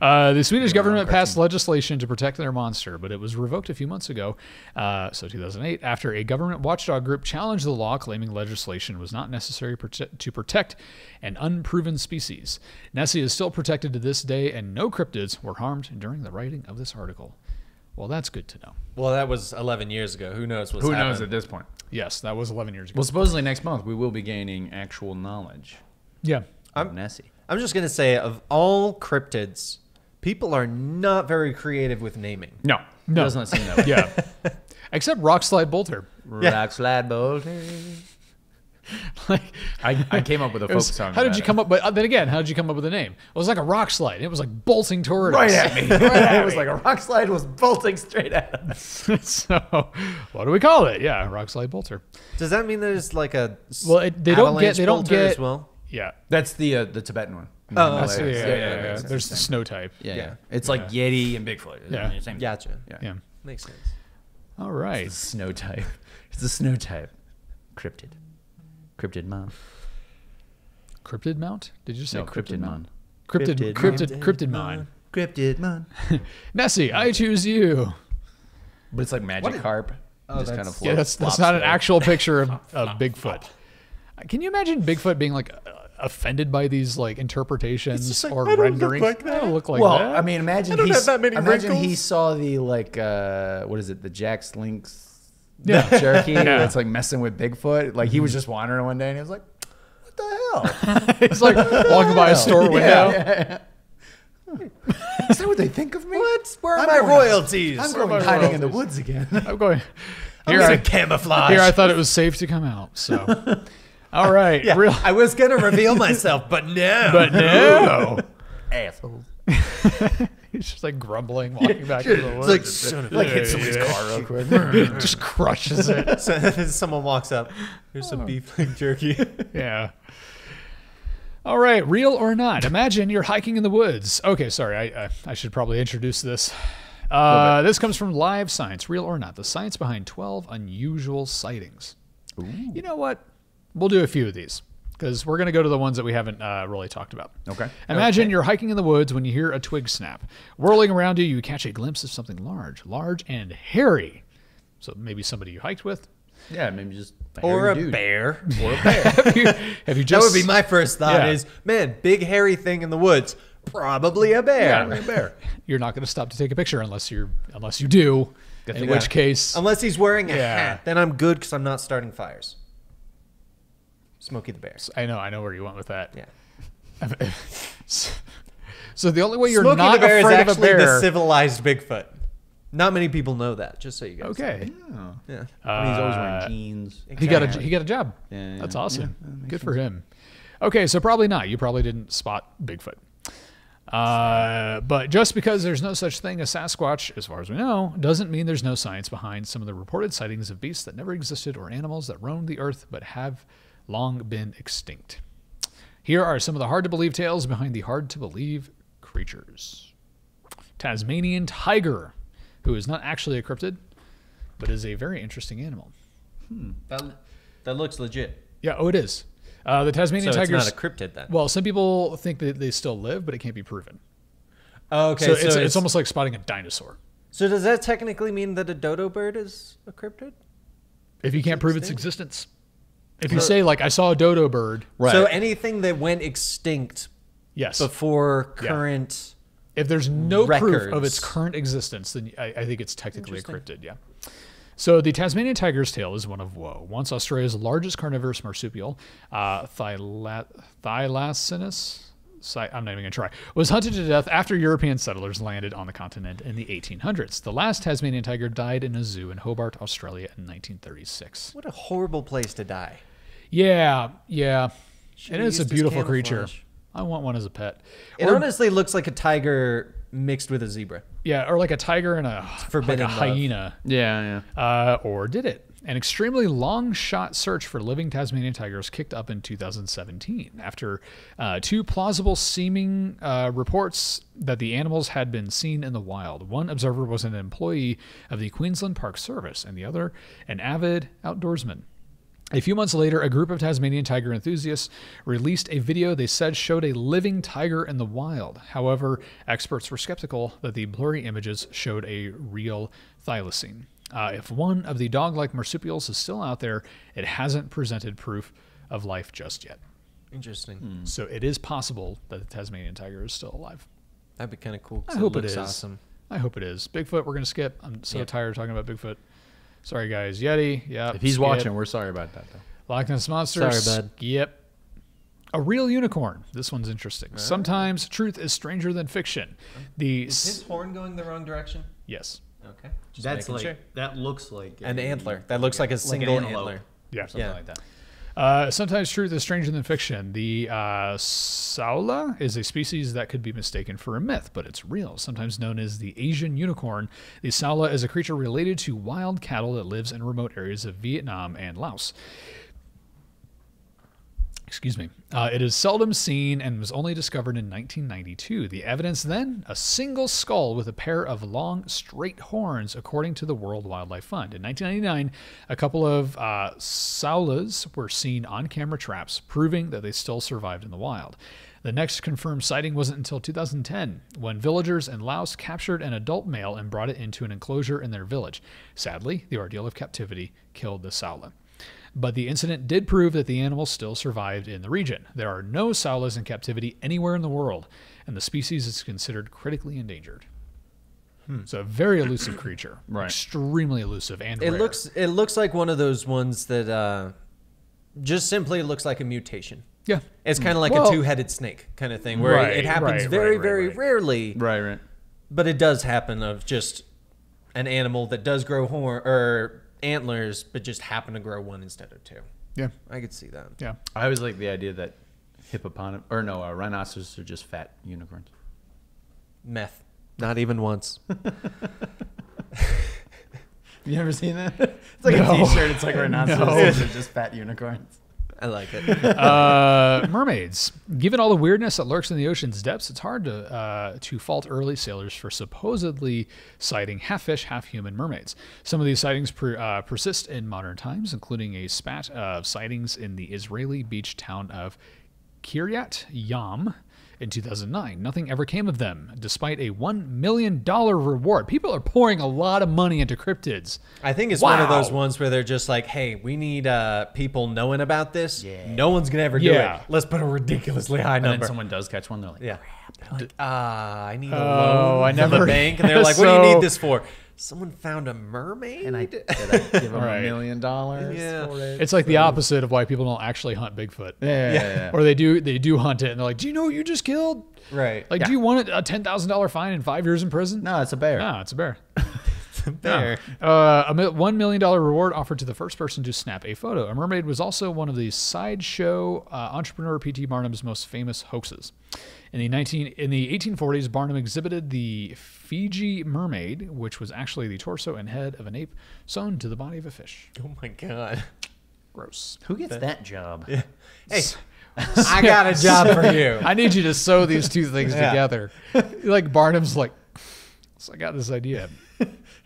B: Uh, the Swedish government passed legislation to protect their monster, but it was revoked a few months ago, uh, so 2008, after a government watchdog group challenged the law, claiming legislation was not necessary prote- to protect an unproven species. Nessie is still protected to this day, and no cryptids were harmed during the writing of this article. Well, that's good to know.
D: well, that was 11 years ago. Who knows what's
C: Who
D: happened?
C: knows at this point?
B: Yes, that was 11 years ago.
C: Well, supposedly next month we will be gaining actual knowledge
B: yeah.
C: of Nessie.
D: I'm just gonna say, of all cryptids, people are not very creative with naming.
C: No,
B: No.
C: does not seem that way.
B: Yeah. Except Rock Slide Bolter.
C: Rock slide boulder.
B: like,
C: I, I came up with a folk
B: It was-
C: song.
B: How did you come up? But then again, how did you come up with the name? It was like a rock slide. It was like bolting toward
C: right
B: us.
C: at me? Right at it was like a rock slide was bolting straight at us.
B: so, what do we call it? Yeah, rock slide bolter.
D: Does that mean there's like a s-
B: Well, it- they don't get-
D: avalanche
B: they don't
D: bolter as
B: get-
D: well?
B: Yeah.
C: That's the uh, the Tibetan one.
D: Oh,
C: Himalayas.
D: I see.
B: Yeah, yeah, yeah.
C: yeah,
B: yeah.
C: it's the
B: There's the
C: same.
B: snow type.
C: Yeah,
D: Yeah.
C: yeah. It's like Yeti and Bigfoot.
B: Yeah.
C: Same thing.
D: Gotcha.
B: Yeah.
D: Makes sense.
B: All right.
C: It's snow type. It's the snow type. Cryptid. Cryptid mom.
B: Cryptid mount? Did you say
C: No, cryptid mon.
B: Cryptid
C: Cryptid
B: cryptid cryptid,
D: mon.
B: cryptid mon.
C: Cryptid mom.
B: Nessie, I choose you.
C: But it's like magic carp. just kind of
B: Yeah, that's that's not an actual picture of, of Bigfoot. Uh, Can you imagine Bigfoot being like uh, offended by these like interpretations or renderings? I don't look like
C: well,
B: that.
C: I mean, imagine
D: don't
C: he
D: have that many
C: imagine he
D: wrinkles.
C: saw the like uh, what is it? The Jack's Lynx
B: Yeah.
C: jerky
B: Yeah.
C: that's like messing with Bigfoot. Like he was just wandering one day and he was like, "What the hell?
B: It's like walking by a store window.
C: Is that what they think of me? What?
D: Where are
C: I'm
D: my
C: going-
D: royalties?
C: I'm
D: Where are my
C: going hiding in the
D: royalties?
C: woods again.
B: I'm going. Here
D: It's
B: I,
D: a camouflage.
B: here I thought it was safe to come out. So, all right, real.
D: I was gonna reveal myself, but no.
B: But no,
C: Asshole.
B: he's just like grumbling, walking back into the
D: it's
B: woods.
D: like son of a-
C: Like hit somebody's car real quick.
B: just crushes it.
D: So- someone walks up. Here's some beef and jerky.
B: Yeah. All right, real or not? Imagine you're hiking in the woods. Okay, sorry, I I, I should probably introduce this. Uh, this comes from Live Science, real or not, the science behind 12 unusual sightings. You know what? We'll do a few of these because we're going to go to the ones that we haven't uh, really talked about.
C: Okay.
B: Imagine you're hiking in the woods when you hear a twig snap. Whirling around you, you catch a glimpse of something large, large and hairy. So maybe somebody you hiked with.
C: Yeah, maybe just
D: Or
C: hairy
D: a
C: dude.
D: bear.
C: Or a bear.
B: Have you, have you
D: That
B: just
D: would be my first thought
B: Yeah.
D: is, man, big hairy thing in the woods. Probably a bear.
B: Yeah. You're not going to stop to take a picture unless you're unless you do. in
C: thing
B: which
C: I- Um,
B: case,
D: Unless he's wearing a
B: Yeah.
D: hat, then I'm good because I'm not starting fires. Smokey the Bear.
B: I know I know where you went with that.
D: Yeah.
B: So the only way you're
D: Smokey
B: not
D: the Bear is
B: afraid of a
D: actually
B: bear.
D: the civilized Bigfoot. Not many people know that, just so you guys. know.
B: okay.
D: Yeah.
C: I mean, he's always
B: Uh,
C: wearing jeans.
B: He got a he got a job.
C: Yeah, yeah,
B: That's
C: yeah.
B: awesome. Good for him. Okay, so probably not. You probably didn't spot Bigfoot. Uh, but just because there's no such thing as Sasquatch, as far as we know, doesn't mean there's no science behind some of the reported sightings of beasts that never existed or animals that roamed the earth but have long been extinct. Here are some of the hard to believe tales behind the hard to believe creatures. Tasmanian tiger, who is not actually a cryptid, but is a very interesting animal.
D: That, that looks legit.
B: Yeah, oh, it is. Uh, the
D: So
B: Tasmanian
D: it's
B: tiger.
D: not a
B: tigers.
D: cryptid then.
B: well, some people think that they still live, but it can't be proven.
D: oh, Okay,
B: so, it's, it's, almost like spotting a dinosaur.
D: So does that technically mean that a dodo bird is a cryptid?
B: If you can't prove its existence, if you say like I saw a dodo bird,
C: Right.
D: So anything that went extinct
B: yes.
D: before
B: Yeah.
D: current.
B: if there's no proof of
D: Records.
B: its current existence, then I, I think it's technically a cryptid. Yeah. So the Tasmanian tiger's tail is one of woe. Once Australia's largest carnivorous marsupial, uh, Thyla- Thylacinus. si- I'm not even going to try. Was hunted to death after European settlers landed on the continent in the 1800s. The last Tasmanian tiger died in a zoo in Hobart, Australia, in 1936.
D: What a horrible place to die.
B: Yeah, yeah,
D: Should've
B: and it's a
D: used as
B: beautiful creature.
D: camouflage.
B: I want one as a pet.
D: It
B: Or-
D: honestly looks like a tiger mixed with a zebra.
B: yeah, or like a tiger and a, like
D: forbidden
B: a
D: love.
B: hyena.
C: yeah, yeah.
B: uh, or did it? An extremely long shot search for living Tasmanian tigers kicked up in 2017 after uh, two plausible seeming uh, reports that the animals had been seen in the wild. One observer was an employee of the Queensland Park Service, and the other, an avid outdoorsman. A few months later, a group of Tasmanian tiger enthusiasts released a video they said showed a living tiger in the wild. However, experts were skeptical that the blurry images showed a real thylacine. Uh, if one of the dog like marsupials is still out there, it hasn't presented proof of life just yet.
D: Interesting.
B: So it is possible that the Tasmanian tiger is still alive.
D: That'd be kind of cool. 'cause
B: I hope it
D: looks
B: is.
D: Awesome.
B: I hope it is. Bigfoot, we're going to skip. I'm so tired of talking about Bigfoot. Sorry, guys. Yeti, yeah.
C: If he's
B: skip.
C: watching, we're sorry about that, though.
B: Loch Ness Monster.
D: Sorry, bud.
B: Yep. A real unicorn. This one's interesting. Sometimes truth is stranger than fiction. The s-
D: horn going the wrong direction?
B: yes,
D: Okay.
C: that looks like
D: an antler. That looks like a single
C: antelope.
D: antler.
B: yeah,
D: something Yeah. like
B: that. Uh, sometimes truth is stranger than fiction. The uh, Saula is a species that could be mistaken for a myth, but it's real. Sometimes known as the Asian unicorn, the Saula is a creature related to wild cattle that lives in remote areas of Vietnam and Laos. Excuse me. Uh, it is seldom seen and was only discovered in 1992. The evidence then? A single skull with a pair of long, straight horns, according to the World Wildlife Fund. In 1999, a couple of uh, saulas were seen on camera traps, proving that they still survived in the wild. The next confirmed sighting wasn't until 2010, when villagers in Laos captured an adult male and brought it into an enclosure in their village. Sadly, the ordeal of captivity killed the saula. But the incident did prove that the animal still survived in the region. There are no saulas in captivity anywhere in the world, and the species is considered critically endangered. So a very elusive creature,
C: Right.
B: extremely elusive and
D: It
B: rare.
D: looks it looks like one of those ones that uh, just simply looks like a mutation.
B: yeah,
D: It's kind of like
B: Well-
D: a two-headed snake kind of thing, where
B: Right,
D: it happens
B: right,
D: very,
B: right, right,
D: very
B: right.
D: rarely,
C: Right, right.
D: but it does happen of just an animal that does grow horn or antlers, but just happen to grow one instead of two.
B: yeah,
D: I could see that.
B: yeah.
C: I always like the idea that hippopotamus or no, uh, rhinoceros are just fat unicorns.
D: Meth, not even once.
C: You ever seen that? It's like
B: No.
C: a T-shirt. It's like rhinoceros
B: No.
C: are just fat unicorns.
D: I like it.
B: Uh, mermaids. Given all the weirdness that lurks in the ocean's depths, it's hard to uh, to fault early sailors for supposedly sighting half fish, half human mermaids. Some of these sightings per, uh, persist in modern times, including a spat of sightings in the Israeli beach town of Kiryat Yam. In 2009, nothing ever came of them, despite a $1 million reward. People are pouring a lot of money into cryptids.
D: I think it's one of those ones where they're just like, "Hey, we need uh, people knowing about this.
C: Yeah.
D: No one's gonna ever do
B: Yeah.
D: it. Let's put a ridiculously high
F: And then
D: number."
F: someone does catch one. They're like,
D: Yeah. Like, Ah, I need a
B: Oh,
D: loan
B: I
D: from the
B: never-
D: bank, and they're like, "What do you
B: So-
D: need this for?" Someone found a mermaid.
C: And I, did I give him
B: Right.
C: a million dollars
D: Yeah.
C: for it?
B: It's like the opposite of why people don't actually hunt Bigfoot.
F: yeah, yeah, yeah.
B: Or they do they do hunt it and they're like, Do you know what you just killed?
D: right.
B: Like, do you want a ten thousand dollar fine and five years in prison?
C: No, it's a bear.
B: No, it's a bear.
D: there.
B: Uh, a mi- one million dollar reward offered to the first person to snap a photo. A mermaid was also one of the sideshow uh, entrepreneur P.T. Barnum's most famous hoaxes. In the nineteen in the eighteen forties, Barnum exhibited the Fiji mermaid, which was actually the torso and head of an ape sewn to the body of a fish.
D: Oh my god.
B: Gross.
C: Who gets that job?
D: Hey, I got a job for you.
B: I need you to sew these two things
D: Yeah.
B: together. Like Barnum's like, so I got this idea.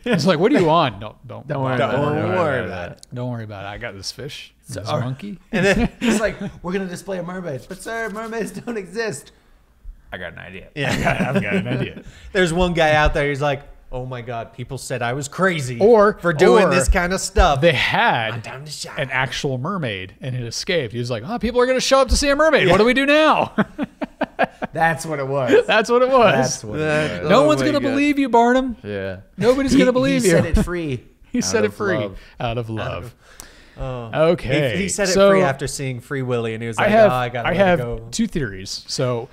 B: It's like, what are you on? No, don't don't worry,
D: about it. Don't worry about it.
B: Don't worry about it. I got this fish, this monkey.
C: It's like we're gonna display a mermaid, but sir, mermaids don't exist.
F: I got an idea.
D: Yeah.
B: I've got an idea.
D: There's one guy out there. He's like, "Oh my god, people said I was crazy
B: Or-
D: for doing
B: or
D: this kind of stuff."
B: They
D: I'm
B: had
D: down to shop.
B: an actual mermaid, and it escaped. He was like, "Oh, people are going to show up to see a mermaid. What do we do now?"
C: That's what it was.
B: That's what it was.
C: That's what. it
D: That-
B: no
F: Oh
B: one's
F: my
B: going to
F: God.
B: believe you, Barnum.
F: Yeah.
B: Nobody's
C: was.
B: going to believe
C: he
B: you.
C: said it free.
B: he set it
F: of
B: free
F: love.
B: out of love.
D: He,
B: okay,
D: he said it
B: so-
D: free after seeing Free Willy, and he was
B: I
D: like,
B: have
D: "Oh, I gotta
B: I
D: let
B: have
D: it go."
B: two theories. So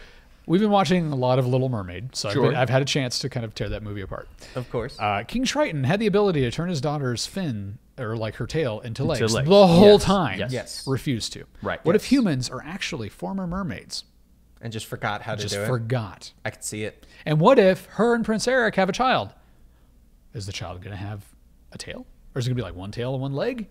B: we've been watching a lot of Little Mermaid, so I've,
F: Sure.
B: been, I've had a chance to kind of tear that movie apart.
D: Of course.
B: Uh, King Triton had the ability to turn his daughter's fin or like her tail into legs,
F: legs.
B: the whole
F: Yes.
B: time.
F: Yes.
D: Yes.
B: Refused to.
F: Right.
B: What
F: Yes.
B: if humans are actually former mermaids?
D: and just forgot how to
B: Just
D: do it.
B: forgot.
D: I could see it.
B: And what if her and Prince Eric have a child? Is the child going to have a tail? Or is it going to be like one tail and one leg?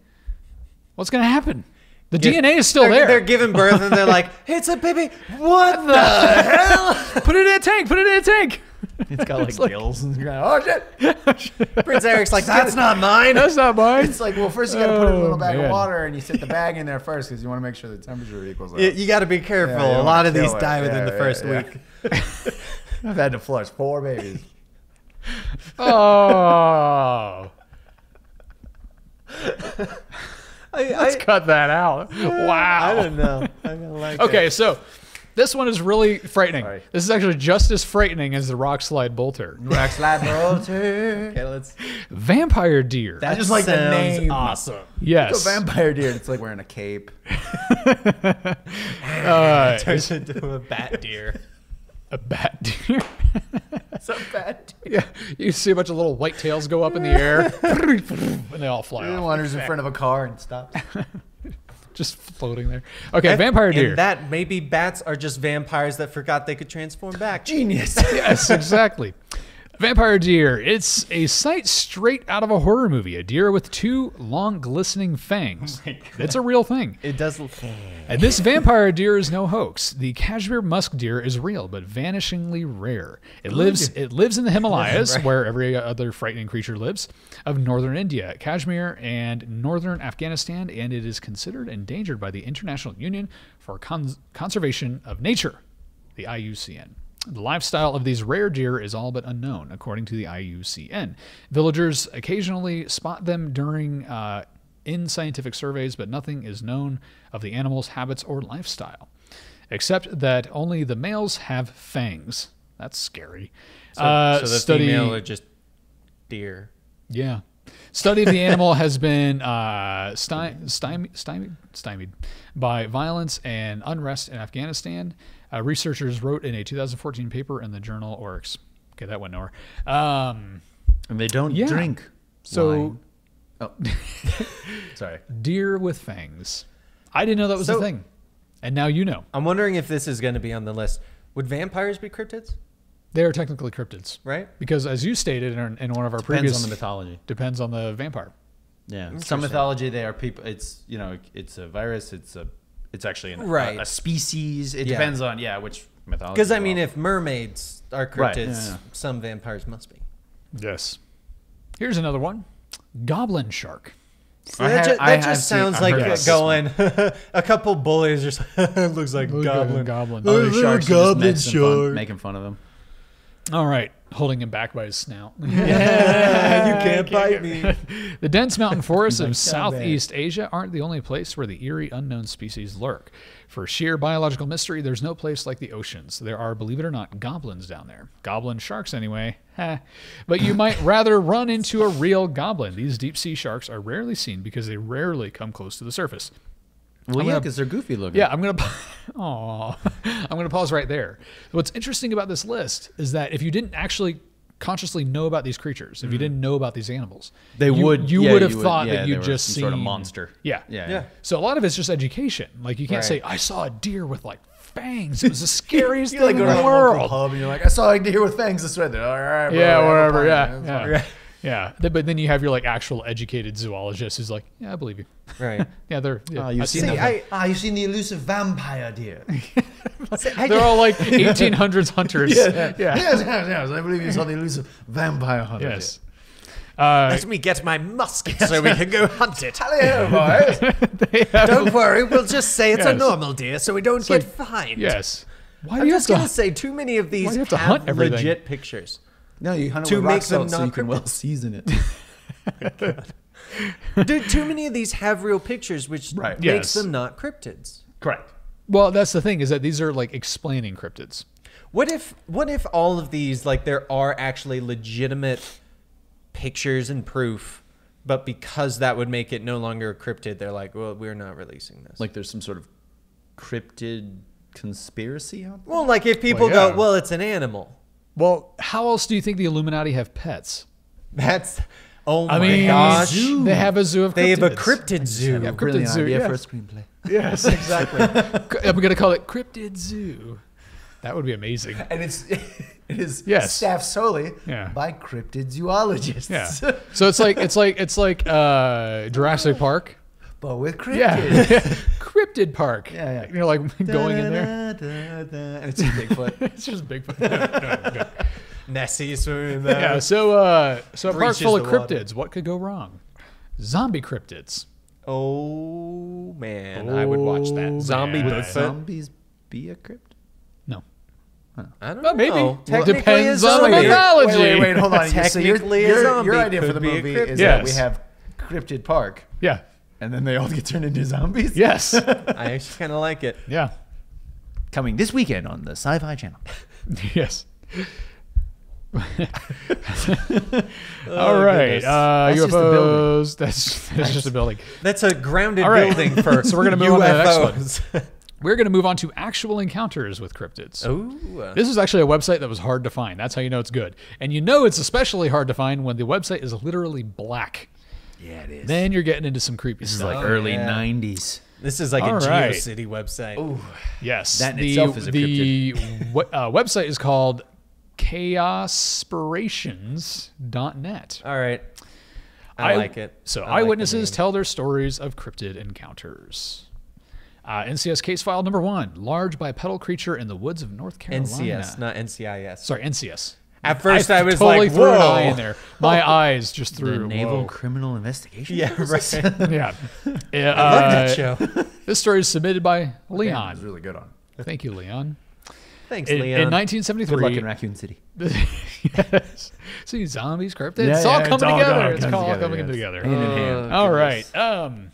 B: What's going to happen? The DNA is still
D: they're,
B: there.
D: They're giving birth, and they're like, "It's a baby." What the?
B: put it in a tank. Put it in a tank.
F: It's got like, gills. And
C: Oh shit!
D: Prince Eric's like, "That's not mine."
B: That's not mine.
C: It's like well, first you gotta put it in a
B: Oh,
C: little bag
B: man.
C: of water, and you set the bag in there first because you want to make sure the temperature equals. Out.
D: You, you got to be careful.
C: Yeah, you
D: a
C: don't
D: lot of
C: kill
D: these
C: it.
D: die within
C: Yeah,
D: the
C: yeah,
D: first
C: yeah.
D: week.
C: I've had to flush four babies.
B: Oh.
D: I,
B: Let's cut that out. Wow.
D: don't know. I'm gonna like
B: Okay, so this one is really frightening.
C: Sorry.
B: This is actually just as frightening as the rock slide bolter.
C: Rock slide roller.
D: Okay, let's.
B: Vampire deer.
D: That
C: just like the
D: sounds
C: name.
D: Awesome.
C: A
B: yes.
C: vampire deer. It's like wearing a cape.
B: Uh,
D: Turns into a bat deer.
B: a bat deer.
C: It's a bad deer.
B: yeah. You see a bunch of little white tails go up in the air and they all fly
C: It
B: off.
C: wanders in front of a car and stops.
B: Just floating there. Okay, vampire
D: And-
B: deer.
D: And that maybe bats are just vampires that forgot they could transform back.
C: Genius.
B: yes, exactly. Vampire deer. It's a sight straight out of a horror movie. A deer with two long glistening fangs. it's a real thing.
D: It does. look
B: And this vampire deer is no hoax. The Kashmir musk deer is real, but vanishingly rare. It lives it lives in the Himalayas, where every other frightening creature lives, of northern India, Kashmir, and northern Afghanistan, and it is considered endangered by the International Union for Cons- Conservation of Nature, the IUCN. The lifestyle of these rare deer is all but unknown, according to the IUCN. Villagers occasionally spot them during uh, in scientific surveys, but nothing is known of the animal's habits or lifestyle, except that only the males have fangs. That's scary. Uh,
D: so the
B: study-
D: female are just deer.
B: yeah. Study of the animal has been uh, stymied, stymied, stymied by violence and unrest in Afghanistan. Uh, researchers wrote in a 2014 paper in the journal Oryx. Okay, that went nowhere. Um,
F: they don't
B: yeah.
F: drink.
B: So,
F: wine. Sorry.
B: deer with fangs. I didn't know that was a
D: So-
B: thing. And now you know.
D: I'm wondering if this is going to be on the list. Would vampires be cryptids?
B: They are technically cryptids.
D: Right?
B: Because, as you stated in, our- in one of our
F: Depends
B: previous.
F: on the mythology.
B: depends on the vampire.
F: Yeah. Some mythology, they are people. It's you know, it's a virus. It's a it's actually an,
D: Right.
F: a, a species. It
D: Yeah.
F: depends on yeah which mythology.
D: Because I mean,
F: well.
D: if mermaids are cryptids,
F: Right.
B: Yeah.
D: some vampires must be.
B: Yes. Here's another one. Goblin shark.
F: I
D: that
F: ha-
D: ju- that
F: I have
D: just
F: seen-
D: sounds
F: I've
D: like
F: heard
D: uh,
F: this
D: going. a couple bullies just looks like
B: Look at
D: goblin.
B: a goblin.
D: Look
F: Other
D: at a
F: sharks are just
D: goblin
F: making some fun-
D: shark.
F: making fun of them.
B: All right. Holding him back by his snout.
D: you can't bite me.
B: the dense mountain forests of Southeast Asia aren't the only place where the eerie unknown species lurk. For sheer biological mystery, there's no place like the oceans. There are, believe it or not, goblins down there. Goblin sharks, anyway. Heh. But you might rather run into a real goblin. These deep sea sharks are rarely seen because they rarely come close to the surface.
F: Well, yeah,
B: gonna-
F: because they're goofy looking.
B: Yeah, I'm gonna. Aw, I'm gonna pause right there. What's interesting about this list is that if you didn't actually consciously know about these creatures, if you didn't know about these animals,
F: Mm-hmm. They
B: you,
F: would-
B: You
F: yeah,
B: would have
F: you would-
B: thought
F: yeah,
B: that
F: they
B: you
F: were
B: just
F: some
B: seen
F: sort of monster.
B: Yeah,
F: yeah,
D: Yeah.
B: So a lot of it's just education. Like you can't say
D: Right.
B: I saw a deer with like fangs. It was the scariest
C: You're
B: thing
C: like
B: in
C: going
B: the
C: to a local
B: world.
C: pub and you're like, I saw a deer with fangs this way. They're like, all right, bro,
B: Yeah,
C: I'm
B: wherever.
C: fine,
B: Yeah,
C: man.
B: yeah. Yeah, Th- but then you have your like actual educated zoologist who's like, yeah, I believe you.
D: Right.
B: Yeah, they're. Yeah,
F: Oh, you've
B: I've
F: seen
B: seen
F: that
B: that.
F: thing.
C: I, ah, you seen the elusive vampire deer?
B: They're all like 1800s hunters. yeah.
C: yes, yes, yes. I believe you saw the elusive vampire hunter.
B: Yes.
D: Let me get my musket so we can go hunt it.
C: deer. Hello, boys.
D: Don't worry, we'll just say it's a
B: Yes.
D: normal deer so we don't get fined.
B: Yes. Why do
D: I'm
B: you
D: just
B: have to-
D: gonna say too many of these
B: you have
D: have,
B: to hunt everything?
D: legit pictures.
C: no, you hunt it
D: To
C: with
D: make
C: rock
D: them
C: salt so you
D: not
C: can well
D: crippled.
C: season it.
D: Dude, too many of these have real pictures, which
F: Right.
B: Yes.
D: makes them not cryptids.
F: correct.
B: Well, that's the thing is that these are like explaining cryptids.
D: What if what if all of these like there are actually legitimate pictures and proof, but because that would make it no longer a cryptid, they're like, well, we're not releasing this.
F: Like there's some sort of cryptid conspiracy out there.
D: well, like if people
B: Well, yeah.
D: go, well, it's an animal.
B: Well, how else do you think the Illuminati have pets?
D: That's oh my
B: I mean,
D: gosh,
B: they have a zoo of cryptids.
D: they have a cryptid zoo.
B: Yeah, cryptid
C: Brilliant
B: zoo.
C: idea
B: Yeah.
C: for a screenplay.
B: Yes, exactly. I'm gonna call it cryptid zoo. That would be amazing.
C: And it's it is
B: Yes.
C: staffed solely
B: Yeah.
C: by cryptid zoologists.
B: Yeah. So it's like it's like it's like uh, Jurassic Park.
C: but with cryptids.
B: Yeah. cryptid Park.
C: Yeah, yeah.
B: You're like going in there.
C: And it's a Bigfoot.
B: It's just Bigfoot. No, no, no.
D: Nessie swimming in there.
B: Yeah. So uh, so a park
D: Breaches
B: full of
D: the water.
B: cryptids. What could go wrong? Zombie cryptids.
D: Oh man, I would watch
B: Oh,
D: that.
B: man.
D: Zombie
B: Would
D: Bigfoot.
F: Zombies be a cryptid?
B: No.
D: I don't
B: Well, maybe.
D: know.
B: Well,
D: Technically, a
B: depends on the
D: zombie.
B: mythology.
C: wait, wait, wait, hold on. So your,
D: Technically, a
C: your, your
D: zombie
C: idea for
D: could
C: the
D: be a
C: movie
D: cryptid.
C: is that we
B: Yes.
C: have cryptid park,
B: Yeah.
C: and then they all get turned into zombies.
B: Yes.
D: I actually kind of like it.
B: yeah.
C: Coming this weekend on the Sci-Fi Channel.
B: Yes. All right.
D: goodness.
B: Uh,
C: That's just a building.
B: UFOs. That's that's just a building.
D: That's a grounded
B: All right.
D: building for
B: So we're gonna move on to the next one.
D: UFOs.
B: We're going to move on to actual encounters with cryptids.
D: Ooh, uh,
B: This is actually a website that was hard to find. That's how you know it's good. And you know it's especially hard to find when the website is literally black.
C: Yeah, it is.
B: Then you're getting into some creepy stuff.
C: Oh,
F: Like early 90s.
D: this is like
B: All
D: a
B: right.
D: GeoCity website.
B: Yes.
F: That in
B: the,
F: itself is a
B: the we- uh, website is called chaospirations.net.
D: All right, I, like it.
B: So
D: I like the
B: eyewitnesses
D: name.
B: tell their stories of cryptid encounters. Uh, NCS case file number one: large bipedal creature in the woods of North Carolina.
D: NCS, not NCIS.
B: Sorry, NCS.
D: At first, I, was
B: totally
D: like,
B: threw
D: "Whoa!"
B: an eye in there. My eyes just threw
F: The Naval
B: whoa.
F: Criminal Investigation?
D: Yeah, right.
B: Yeah. yeah
D: Love
B: uh,
D: that show.
B: This story is submitted by
C: It was
B: Leon.
C: really good on.
B: Thank you, Leon.
D: Thanks,
B: In,
D: Leon.
B: in
F: Good luck
B: 1973,
F: in Raccoon City.
B: yes. See zombies, cryptids.
F: Yeah,
B: it's all
F: yeah, it's
B: coming
F: all
B: together.
F: gone-
B: It's
F: comes
B: all
F: together,
B: coming
F: yes.
B: together.
F: Hand in hand.
B: all right. Um,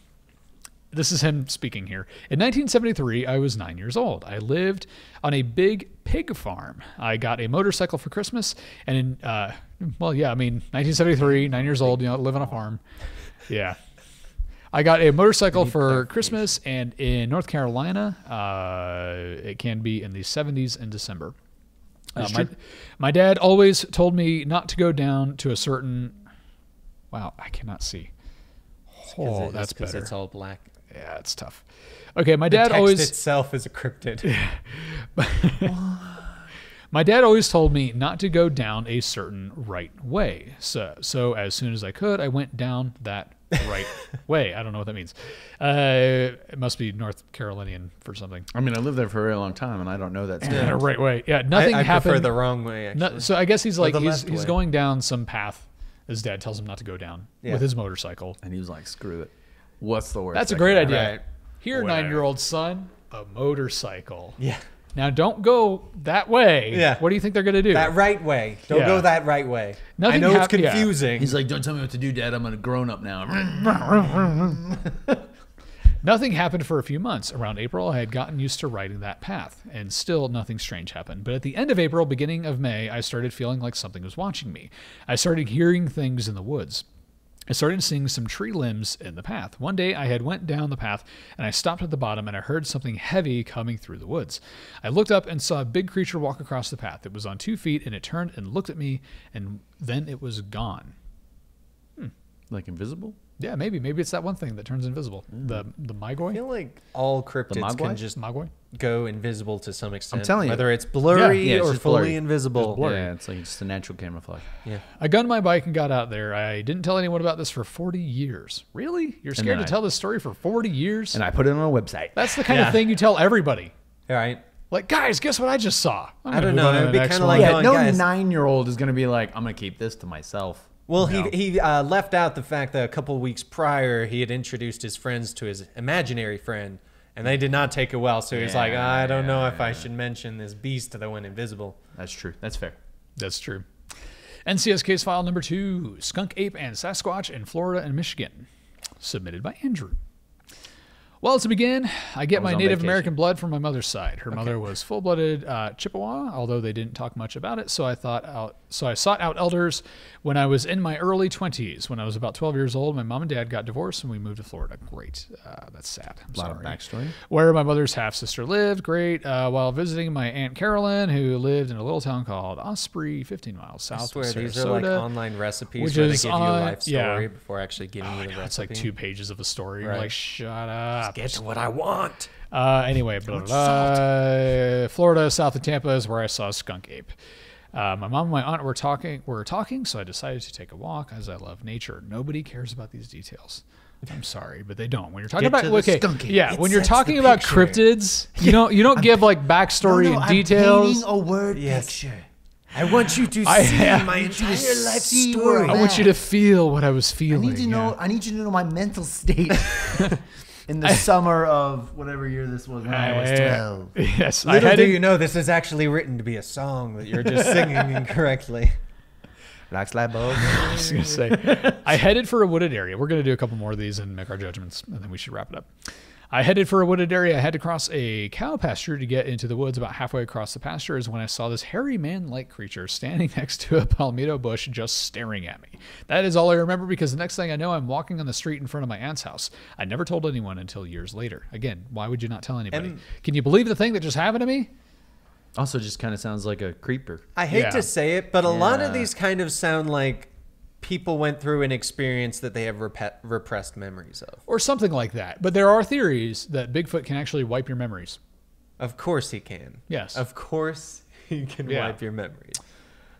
B: this is him speaking here. In 1973, I was nine years old. I lived on a big pig farm. I got a motorcycle for Christmas, and in, uh, well, yeah, I mean, 1973, nine years old, you know, live on a farm. Yeah. I got a motorcycle for Christmas, and in North Carolina, uh, it can be in the 70s in December. Uh, my, my dad always told me not to go down to a certain. Wow, I cannot see. Oh, that's
D: because
B: better.
D: it's all black.
B: yeah, it's tough. Okay, my
D: The
B: dad
D: text
B: always.
D: itself is a cryptid.
B: My dad always told me not to go down a certain right way. So, so as soon as I could, I went down that right way. I don't know what that means. Uh, it must be North Carolinian for something.
F: I mean, I lived there for a very long time, and I don't know that. Still.
B: Yeah. Right way. Yeah,
D: I,
B: nothing
D: I
B: happened.
D: prefer the wrong way. Actually.
B: No- so I guess he's like
D: the
B: he's,
D: left
B: he's
D: way.
B: going down some path. His dad tells him not to go down
D: Yeah.
B: with his motorcycle.
F: And he was like, "Screw it. What's the worst?"
B: That's a
F: that
B: great
F: can
B: idea.
D: Right.
B: Here, nine-year-old son, a motorcycle.
D: Yeah.
B: Now don't go that way.
D: Yeah.
B: What do you think they're gonna do?
D: That right way. Don't
B: Yeah.
D: go that right way.
B: Nothing
D: I know
B: hap-
D: it's
B: yeah.
D: confusing.
F: happen?" He's like, "Don't tell me what to do, Dad. I'm a grown up now."
B: Nothing happened for a few months. Around April, I had gotten used to riding that path, and still nothing strange happened. But at the end of April, beginning of May, I started feeling like something was watching me. I started hearing things in the woods. I started seeing some tree limbs in the path. One day I had went down the path and I stopped at the bottom and I heard something heavy coming through the woods. I looked up and saw a big creature walk across the path. It was on two feet and it turned and looked at me and then it was gone.
F: like invisible.
B: Yeah, maybe. Maybe it's that one thing that turns invisible. The the
D: I
B: Magoi?
D: feel like all cryptids
F: Mogwai?
D: can just
B: Magoi?
D: go invisible to some extent.
F: telling you.
D: whether it's blurry
F: Yeah, it's
D: or
F: just
D: fully
F: blurry.
D: invisible.
F: Yeah, it's like just a natural camouflage.
B: I gunned my bike and got out there. I didn't tell anyone about this for 40 years. Really? You're scared to
F: I-
B: tell this story for 40 years?
F: And I put it on a website.
B: That's the kind of
D: Yeah.
B: thing you tell everybody.
D: All right.
B: Like, guys, guess what I just saw? I'm
D: I
B: gonna
D: don't
B: move
D: know.
B: on to
D: It
B: the
D: would be
B: next
D: kinda
B: one.
D: like-
F: yeah,
D: telling
F: no
D: guys-
F: nine year old is gonna be like, "I'm gonna keep this to myself."
D: Well,
F: No.
D: he he uh, left out the fact that a couple weeks prior he had introduced his friends to his imaginary friend, and they did not take it well. So he's like, I don't know if I should mention this beast that went invisible.
F: That's true. That's fair.
B: That's true. NCS case file number two Skunk Ape and Sasquatch in Florida and Michigan. Submitted by Andrew. Well, to begin, I get my
F: on
B: Native
F: vacation.
B: American blood from my mother's side. Her mother was full-blooded uh, Chippewa, although they didn't talk much about it. So I thought out. So I sought out elders when I was in my early 20s. When I was about 12 years old, my mom and dad got divorced, and we moved to Florida. Great, uh, that's sad. I'm
F: lot
B: sorry.
F: of backstory.
B: Where my mother's half sister lived. Great. Uh, while visiting my aunt Carolyn, who lived in a little town called Osprey, 15 miles south
D: I swear
B: of Sarasota.
D: these are like online recipes
B: which
D: where they
B: is
D: give you
B: on-
D: a life story
B: yeah. Oh
D: before actually giving you the recipe.
B: it's like two pages of a story. You're
D: Right.
B: like, shut up.
D: Get to what I want.
B: Uh, anyway, blah, blah, blah. Florida, south of Tampa is where I saw skunk ape. Uh, my mom and my aunt were talking. Were talking, so I decided to take a walk, as I love nature. Nobody cares about these details. I'm sorry, but they don't. When you're talking
F: Get
B: about
F: to the
B: okay,
F: skunk ape.
B: yeah,
C: It
B: when you're
C: sets the
B: talking about
C: picture.
B: cryptids, you don't you don't give like
F: Oh,
C: Oh,
B: backstory and details.
C: a word
D: picture. I want you to
B: I
D: see
B: have-
D: my entire life
C: see where
D: story.
B: I want you to feel what I was
C: I
B: feeling.
C: need to
B: yeah.
C: know. I need you to know my mental state in the summer of whatever year this was when I was
B: Yeah.
C: twelve.
B: Yes, I
D: Little
B: had
D: do
B: it-
D: you know, this is actually written to be a song that you're just singing incorrectly.
C: Looks like both.
B: I was gonna say, I headed for a wooded area. We're gonna do a couple more of these and make our judgments, and then we should wrap it up. I headed for a wooded area. I had to cross a cow pasture to get into the woods. About halfway across the pasture is when I saw this hairy man-like creature standing next to a palmetto bush, just staring at me. That is all I remember because the next thing I know, I'm walking on the street in front of my aunt's house. I never told anyone until years later. Again, why would you not tell anybody?
D: And-
B: Can you believe the thing that just happened to me?
F: Also, just kind of sounds like a creeper.
D: I hate
B: Yeah.
D: to say it, but a lot of
F: Yeah.
D: these kind of sound like people went through an experience that they have repe- repressed memories of.
B: Or something like that. But there are theories that Bigfoot can actually wipe your memories.
D: Of course he can.
B: Yes.
D: Of course he can
B: Yeah.
D: wipe your memories.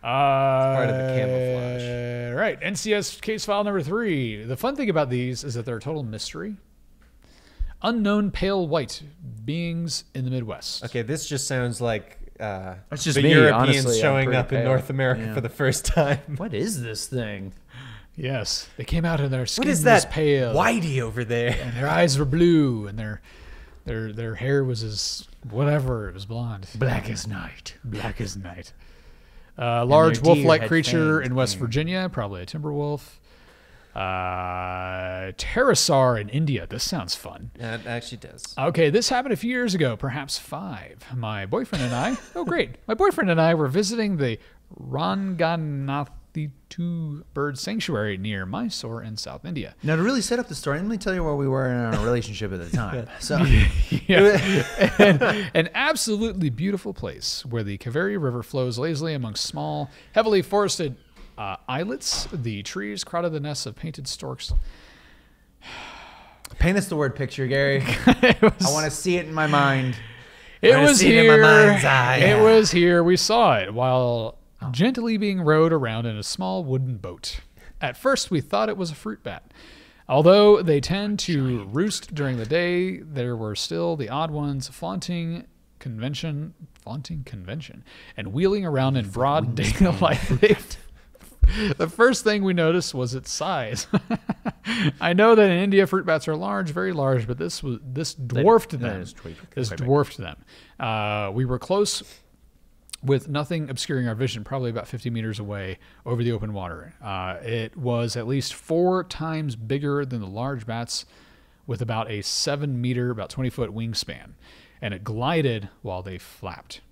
B: part
D: of the camouflage.
B: Uh, Right. NCS case file number three. The fun thing about these is that they're a total mystery. Unknown pale white beings in the Midwest.
D: Okay, this just sounds like uh,
F: That's just
D: the
F: me,
D: Europeans
F: honestly, I'm
D: showing
F: pretty
D: up in
F: pale.
D: North America
F: Yeah.
D: for the first time.
F: What is this thing?
B: Yes. They came out and their skin
D: What is
B: was
D: that
B: pale.
D: whitey over there?
B: And their eyes were blue and their their their hair was as whatever, it was blonde.
F: Black as night.
B: Black as night. Uh, large
F: deer
B: wolf like
F: had
B: creature
F: fangs.
B: in West Virginia, probably a timber wolf. Uh, pterosaur in India. This sounds fun.
D: Yeah, it actually does.
B: Okay, this happened a few years ago, perhaps five. My boyfriend and I, oh great, my boyfriend and I were visiting the Ranganathitu Bird Sanctuary near Mysore in South India.
C: Now to really set up the story, let me tell you where we were in our relationship at the time. So
B: Yeah. And- an absolutely beautiful place where the Kaveri River flows lazily among small, heavily forested uh, islets. The trees crowded the nests of painted storks.
C: paint us the word picture, Gary.
B: It was-
C: I want to see it in my mind.
B: It
C: I've
B: was
C: seen it in
B: here.
C: my mind's eye.
B: It
C: Yeah. Oh.
B: was here. We saw it while gently being rowed around in a small wooden boat. At first, we thought it was a fruit bat. Although they tend to roost during the day, there were still the odd ones flaunting convention, flaunting convention, and wheeling around in broad daylight. the first thing we noticed was its size. I know that in India fruit bats are large, very large, but this was this dwarfed them.
F: is way-
B: this dwarfed them. Uh, we were close with nothing obscuring our vision, probably about 50 meters away over the open water. Uh, it was at least four times bigger than the large bats with about a seven meter, about 20 foot wingspan, and it glided while they flapped.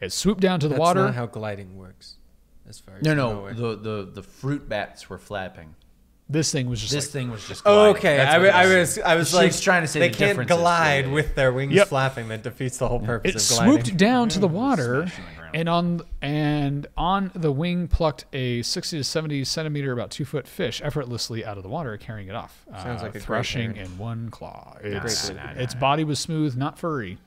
B: It swooped down to the
D: That's
B: water.
D: not how gliding works. As far as
C: No,
D: I'm
C: no,
D: aware.
C: the, the the fruit bats were flapping.
B: this thing was just
C: This
B: like,
C: thing was just.
D: Oh,
C: gliding.
D: okay.
C: That's
D: I,
C: what
D: wa- I
C: it
D: was I was
C: She
D: like
C: was trying to say
D: they
C: the
D: can't
C: difference is-
D: glide
C: yeah,
D: with their wings
B: Yep.
D: flapping. That defeats the whole purpose
B: it
D: of gliding.
B: swooped down to the water and on and on the wing plucked a 60 to 70 centimeter about two foot fish effortlessly out of the water carrying it off uh,
D: Sounds like a great
B: thrashing
D: bird.
B: in one claw its, its body was smooth not furry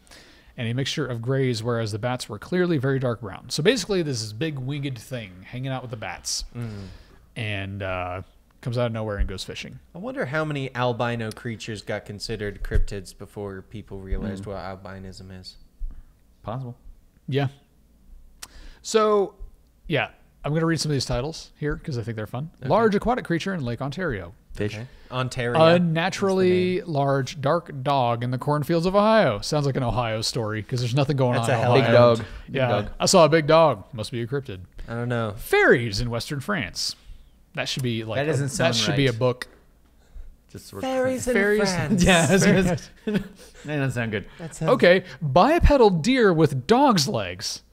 B: and a mixture of grays whereas the bats were clearly very dark brown so basically this is big winged thing hanging out with the bats
D: Mm.
B: and uh, comes out of nowhere and goes fishing
D: I wonder how many albino creatures got considered cryptids before people realized what albinism is.
F: Possible.
B: Yeah. So, yeah, I'm going to read some of these titles here because I think they're fun. Large aquatic creature in Lake Ontario.
F: Fish.
D: Ontario.
B: Uh, Unnaturally large dark dog in the cornfields of Ohio. Sounds like an Ohio story because there's nothing going
D: That's
B: on.
D: a
B: in
D: hell of
B: Ohio.
D: a-
F: Big dog.
B: Yeah, I saw a big dog. Must be a cryptid.
D: I don't know.
B: Fairies in western France. That should be like
C: That doesn't
B: a,
C: sound
B: that should be a
C: right.
B: book.
F: Just sort
D: Fairies in
B: Fairies-
D: France.
F: Yeah, that's-
B: Fairies-
F: that's- That doesn't sound good.
D: That sounds-
B: Okay, bipedal deer with dog's legs.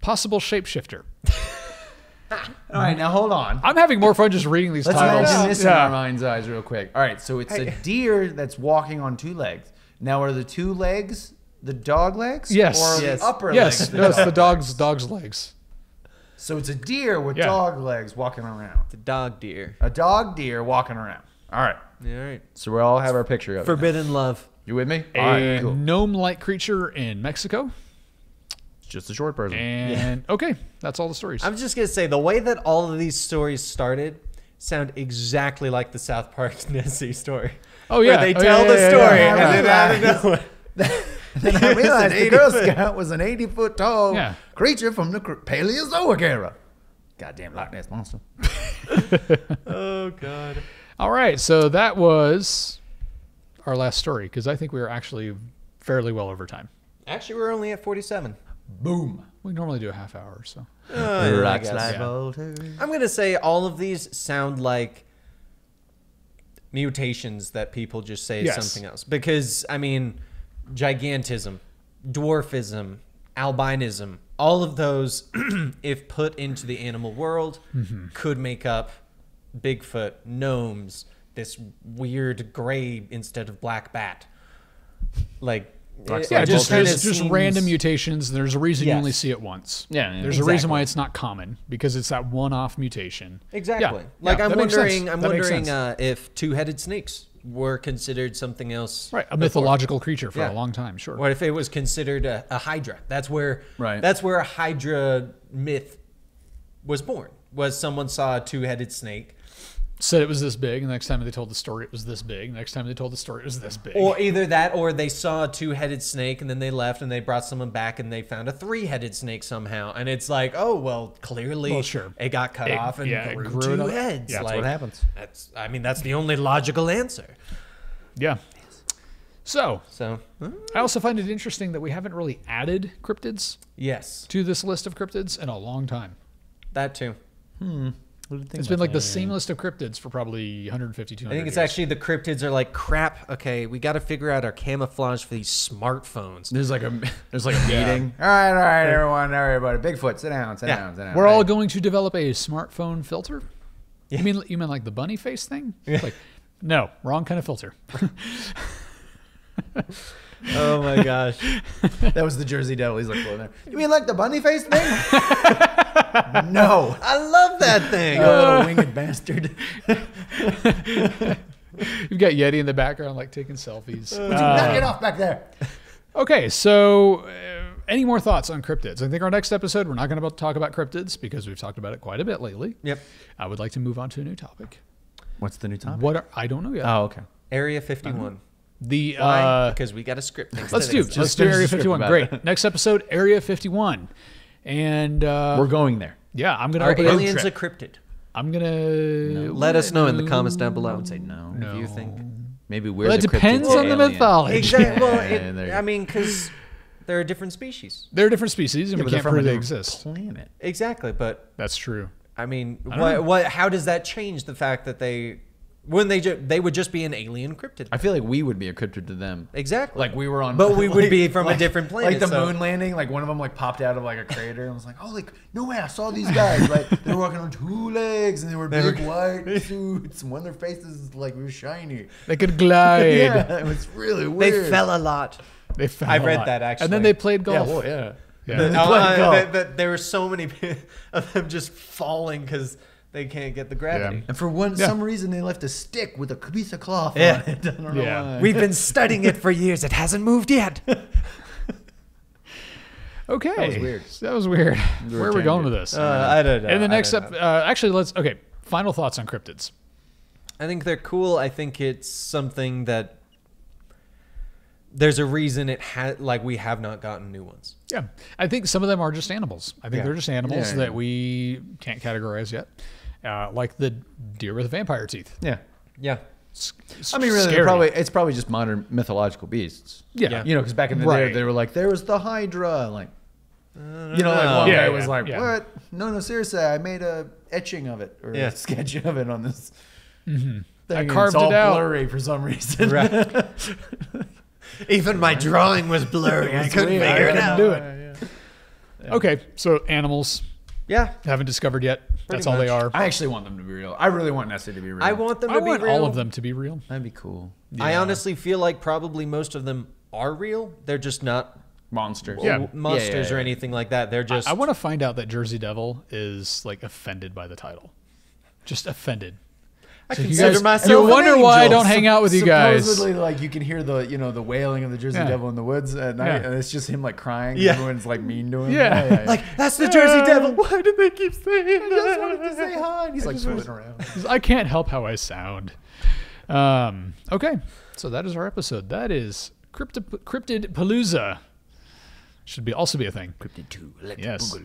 B: Possible shapeshifter.
C: was. All right, now hold on.
B: I'm having more fun just reading these
C: Let's
B: titles.
C: imagine this in
B: Yeah.
C: our mind's eyes real quick. All right, so it's a deer that's walking on two legs. Now, are the two legs the dog legs?
B: Yes.
C: Or
D: Yes.
C: the upper
B: Yes,
C: legs? the
B: yes,
C: dog
B: the dog's dog's legs.
C: legs? So it's a deer with
B: Yeah.
C: dog legs walking around.
D: The dog deer.
C: A dog deer walking around. All right.
D: All right.
F: So we all have our picture of it.
D: Forbidden love.
F: You with me?
B: A
F: All right, cool.
B: gnome-like creature in Mexico.
F: It's just a short person.
B: And okay, that's all the stories.
D: I'm just gonna say the way that all of these stories started sound exactly like the South Park Nessie story.
B: Oh, yeah.
D: Where they
B: Oh,
D: tell
B: yeah,
D: the
B: yeah, yeah,
D: story
C: yeah, yeah.
D: and then out of nowhere.
C: Then I realized the Girl Scout was an 80 foot tall
B: Yeah.
C: creature from the cr- Paleozoic era. Goddamn Loch Ness monster.
D: Oh god.
B: all right, so that was our last story because I think we were actually fairly well over time.
D: Actually we're only at forty seven.
C: Boom.
B: We normally do a half hour or so.
F: Rock slide
B: Yeah.
F: boulder.
D: I'm gonna say all of these sound like mutations that people just say is
B: Yes.
D: something else. Because I mean, gigantism, dwarfism, albinism, all of those, if put into the animal world,
B: Mm-hmm.
D: could make up Bigfoot, gnomes, this weird gray instead of black bat. Like it-
B: Yeah,
D: it
B: just
D: kinda
B: just, just
D: seems-
B: random mutations. There's a reason you
D: Yes.
B: only see it once.
F: Yeah, yeah.
B: There's a reason why it's not common because it's that one-off mutation. Yeah,
D: Exactly.
B: yeah,
D: Like I'm
B: that makes sense.
D: wondering, I'm
B: That makes
D: wondering
B: sense.
D: uh, if two-headed snakes were considered something else.
B: right, a
D: before.
B: mythological creature for
D: uh, Yeah.
B: a long time. Sure.
D: What if it was considered a, a hydra? That's where
F: Right.
D: that's where a hydra myth was born. Was someone saw a two-headed snake
B: Said it was this big. And the next time they told the story, it was this big. The next time they told the story, it was this big.
D: Or either that, or they saw a two-headed snake and then they left and they brought someone back and they found a three-headed snake somehow. And it's like, oh well, clearly
B: Well, sure.
D: it got cut
B: It-
D: off and
B: yeah, it
D: grew,
B: grew it
D: two
B: up.
D: heads.
B: Yeah, that's
D: like,
B: what
F: happens.
D: That's I mean, that's the only logical answer.
B: yeah. So
D: So
B: I also find it interesting that we haven't really added cryptids
D: yes,
B: to this list of cryptids in a long time.
D: that too.
B: It's been like the same list of cryptids for probably 150, 200
D: I think it's
B: years.
D: actually the cryptids are like crap. Okay, we got to figure out our camouflage for these smartphones.
F: There's like a there's like a meeting.
C: All right, all right, everyone, everybody. Bigfoot, sit down, sit
D: Yeah.
C: down, sit down.
B: We're all going to develop a smartphone filter. You mean you mean like the bunny face thing? It's Like, no, wrong kind of filter.
D: Oh my gosh.
C: That was the Jersey Devil. He's like, floating there. You mean like the bunny face thing? no.
D: I love that thing.
C: You little winged bastard.
B: You've got Yeti in the background, like taking selfies.
C: Knock it off back there.
B: Okay, so uh, any more thoughts on cryptids? I think our next episode, we're not going to talk about cryptids because we've talked about it quite a bit lately.
D: Yep.
B: I would like to move on to a new topic.
G: What's the new topic?
B: What are, I don't know yet.
G: Oh, okay.
D: Area 51.
B: the
D: Why?
B: uh,
D: because we got a script. Next
B: let's
D: to
B: do
D: this.
B: let's do Area
G: finish the script
B: 51.
G: about
B: Great. Next episode, Area 51, and uh,
G: We're going there.
B: yeah, I'm gonna
D: Are
B: open it up.
D: aliens encrypted?
B: I'm gonna
D: Let us know in the comments down below and say
G: No.
D: If you think
G: Maybe we're.
B: Well, it
G: the cryptid
B: depends on the
G: alien.
B: mythology.
D: exactly. Well, it-
G: Yeah, there you
D: I
G: go.
D: mean, because there are different species.
B: They're different species, and
G: Yeah, but
B: we
G: they're
B: can't
G: from a
B: prove they
G: different
B: exist.
G: Planet.
D: Exactly, but
B: That's true.
D: I mean, what, what? How does that change the fact that they, when they ju- they would just be an alien cryptid?
C: I feel like we would be a cryptid to them.
D: Exactly.
C: Like we were on,
D: But we would
C: like-
D: be from a
C: like-
D: different planet,
C: Like the
D: so-
C: moon landing, like one of them like popped out of like a crater and was like, "Oh, like
G: No way! I saw these guys. Like they were walking on two legs, and they were big white suits.
C: when their faces like were shiny."
B: They could glide.
C: Yeah, it was really
D: they
C: weird.
D: fell a lot.
B: They fell
D: I've
B: a
D: read
B: lot.
D: that,
B: And then
D: actually.
B: they played
C: Yeah,
B: golf.
C: well, yeah.
B: Yeah.
D: Uh,
C: played
D: uh,
C: golf.
D: that- that there were so many of them just falling because they can't get the gravity.
C: And for one,
B: Yeah.
C: some reason, they left a stick with a piece of cloth
D: Yeah.
C: on it. I don't know
B: Yeah.
C: why.
D: We've been studying it for years. It hasn't moved yet.
B: Okay. That was
C: weird.
B: That was weird. Where are we going with this?
D: Uh, I don't know.
B: and the
D: I
B: next
D: don't
B: up,
D: know.
B: uh, actually, let's. Okay. Final thoughts on cryptids.
D: I think they're cool. I think it's something that there's a reason it had like we have not gotten new ones.
B: Yeah. I think some of them are just animals. I think
D: Yeah.
B: they're just animals
C: Yeah, yeah.
B: that we can't categorize yet. Uh, like the deer with vampire teeth.
C: Yeah.
D: Yeah.
B: S-
C: I mean, really, they're
B: scary.
C: probably it's probably just modern mythological beasts.
B: Yeah.
C: You know, because back in the
B: Right.
C: day, they were like, there was the Hydra. Like,
D: Uh,
C: you know, like one
B: Yeah,
C: guy
B: yeah,
C: was like,
B: yeah.
C: what? No, no, seriously, I made a etching of it or
D: Yeah.
C: a sketch of it on this. Thing,
B: Mm-hmm. I
C: and
B: carved
C: it's all
B: it out.
C: blurry for some reason.
D: Right. Even my drawing was blurry. I couldn't
C: weird.
D: figure it
B: Couldn't
D: out.
B: do it. Okay. So animals
D: Yeah.
B: haven't discovered yet. That's all
D: much.
B: they are.
C: I actually want them to be real. I really want Nessie to be real.
D: I want them to
B: I
D: be
B: want
D: real.
B: all of them to be real.
C: That'd be cool.
D: I honestly feel like probably most of them are real. They're just not
C: Monsters.
B: Yeah.
D: monsters or
C: yeah.
D: anything like that. They're just
B: I want to find out that Jersey Devil is like offended by the title. Just offended.
D: I
B: So
D: consider myself
B: You
D: an
B: wonder why I
D: angel.
B: don't hang out with you guys.
C: Supposedly, like you can hear the you know the wailing of the Jersey
B: Yeah.
C: Devil in the woods at night,
B: Yeah.
C: and it's just him like crying.
D: Yeah.
C: Everyone's like mean to him.
B: Yeah.
D: like that's the Jersey Devil. Why do they keep saying
C: I just wanted to say
D: that?
C: hi. And he's like floating around.
B: I can't help how I sound. Um, okay, so that is our episode. That is Crypto- Cryptid Palooza. Should be also be a thing. Cryptid Two. yes.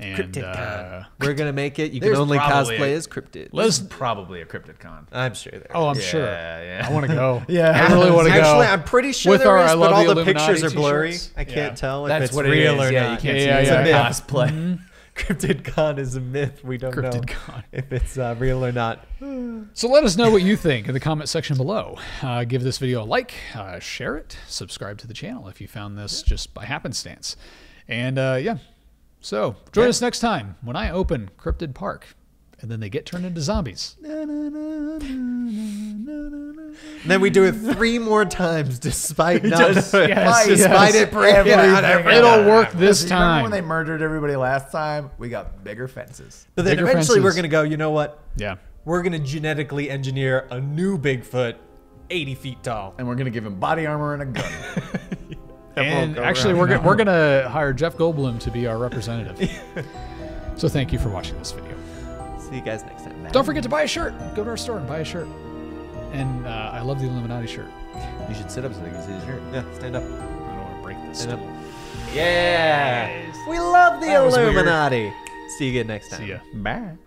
B: And
D: Cryptid
B: uh,
D: Con. We're gonna make it. You can
C: There's
D: only
C: probably
D: cosplay
C: a-
D: as cryptid.
B: let's.
C: probably a cryptid con.
D: I'm sure there.
B: Oh, I'm
C: Yeah,
B: sure.
C: yeah.
B: I want to go.
C: Yeah.
B: I really want to go.
D: Actually, I'm pretty sure
B: With
D: there
B: our
D: is,
B: I
D: but
B: Love
D: all
B: the
D: the,
B: Illuminati
D: pictures are blurry.
B: t-shirts.
D: I can't
B: Yeah.
D: tell if
C: That's
D: it's
C: what it
D: real
C: is.
D: or
C: Yeah, you
D: not.
C: can't
B: Yeah,
C: see it. It's
B: yeah,
C: a
B: yeah.
C: myth. cosplay.
D: Cryptid Con is a myth. We don't know
B: Mm-hmm. Cryptid Con.
D: if it's uh, real or not.
B: So let us know what you think in the comment section below. Uh, give this video a like, uh, share it, subscribe to the channel if you found this just by happenstance. And uh, yeah, so join us next time when I open Cryptid Park and then they get turned into zombies.
D: then we do it three more times, despite not,
B: yes,
D: despite
C: yes.
D: it breaking out
C: Everything.
D: every
B: It'll work this
C: You remember when
B: time.
C: they murdered everybody last time? We got bigger fences.
D: But then
B: Bigger
D: eventually we're
B: fences.
D: gonna go. You know what?
B: yeah.
D: We're gonna genetically engineer a new Bigfoot, 80 feet tall.
C: And we're gonna give him body armor and a gun.
B: And actually, we're, go- we're going to hire Jeff Goldblum to be our representative. so thank you for watching this video.
D: See you guys next time.
B: Don't forget to buy a shirt. Go to our store and buy a shirt. And uh, I love the Illuminati shirt.
C: you should sit up so they can see the shirt.
D: Yeah, stand up.
B: I don't want to break this.
D: Stand up.
B: stool.
D: Yeah. We love the
B: was weird.
D: Illuminati. See you again next time.
B: See ya.
C: Bye.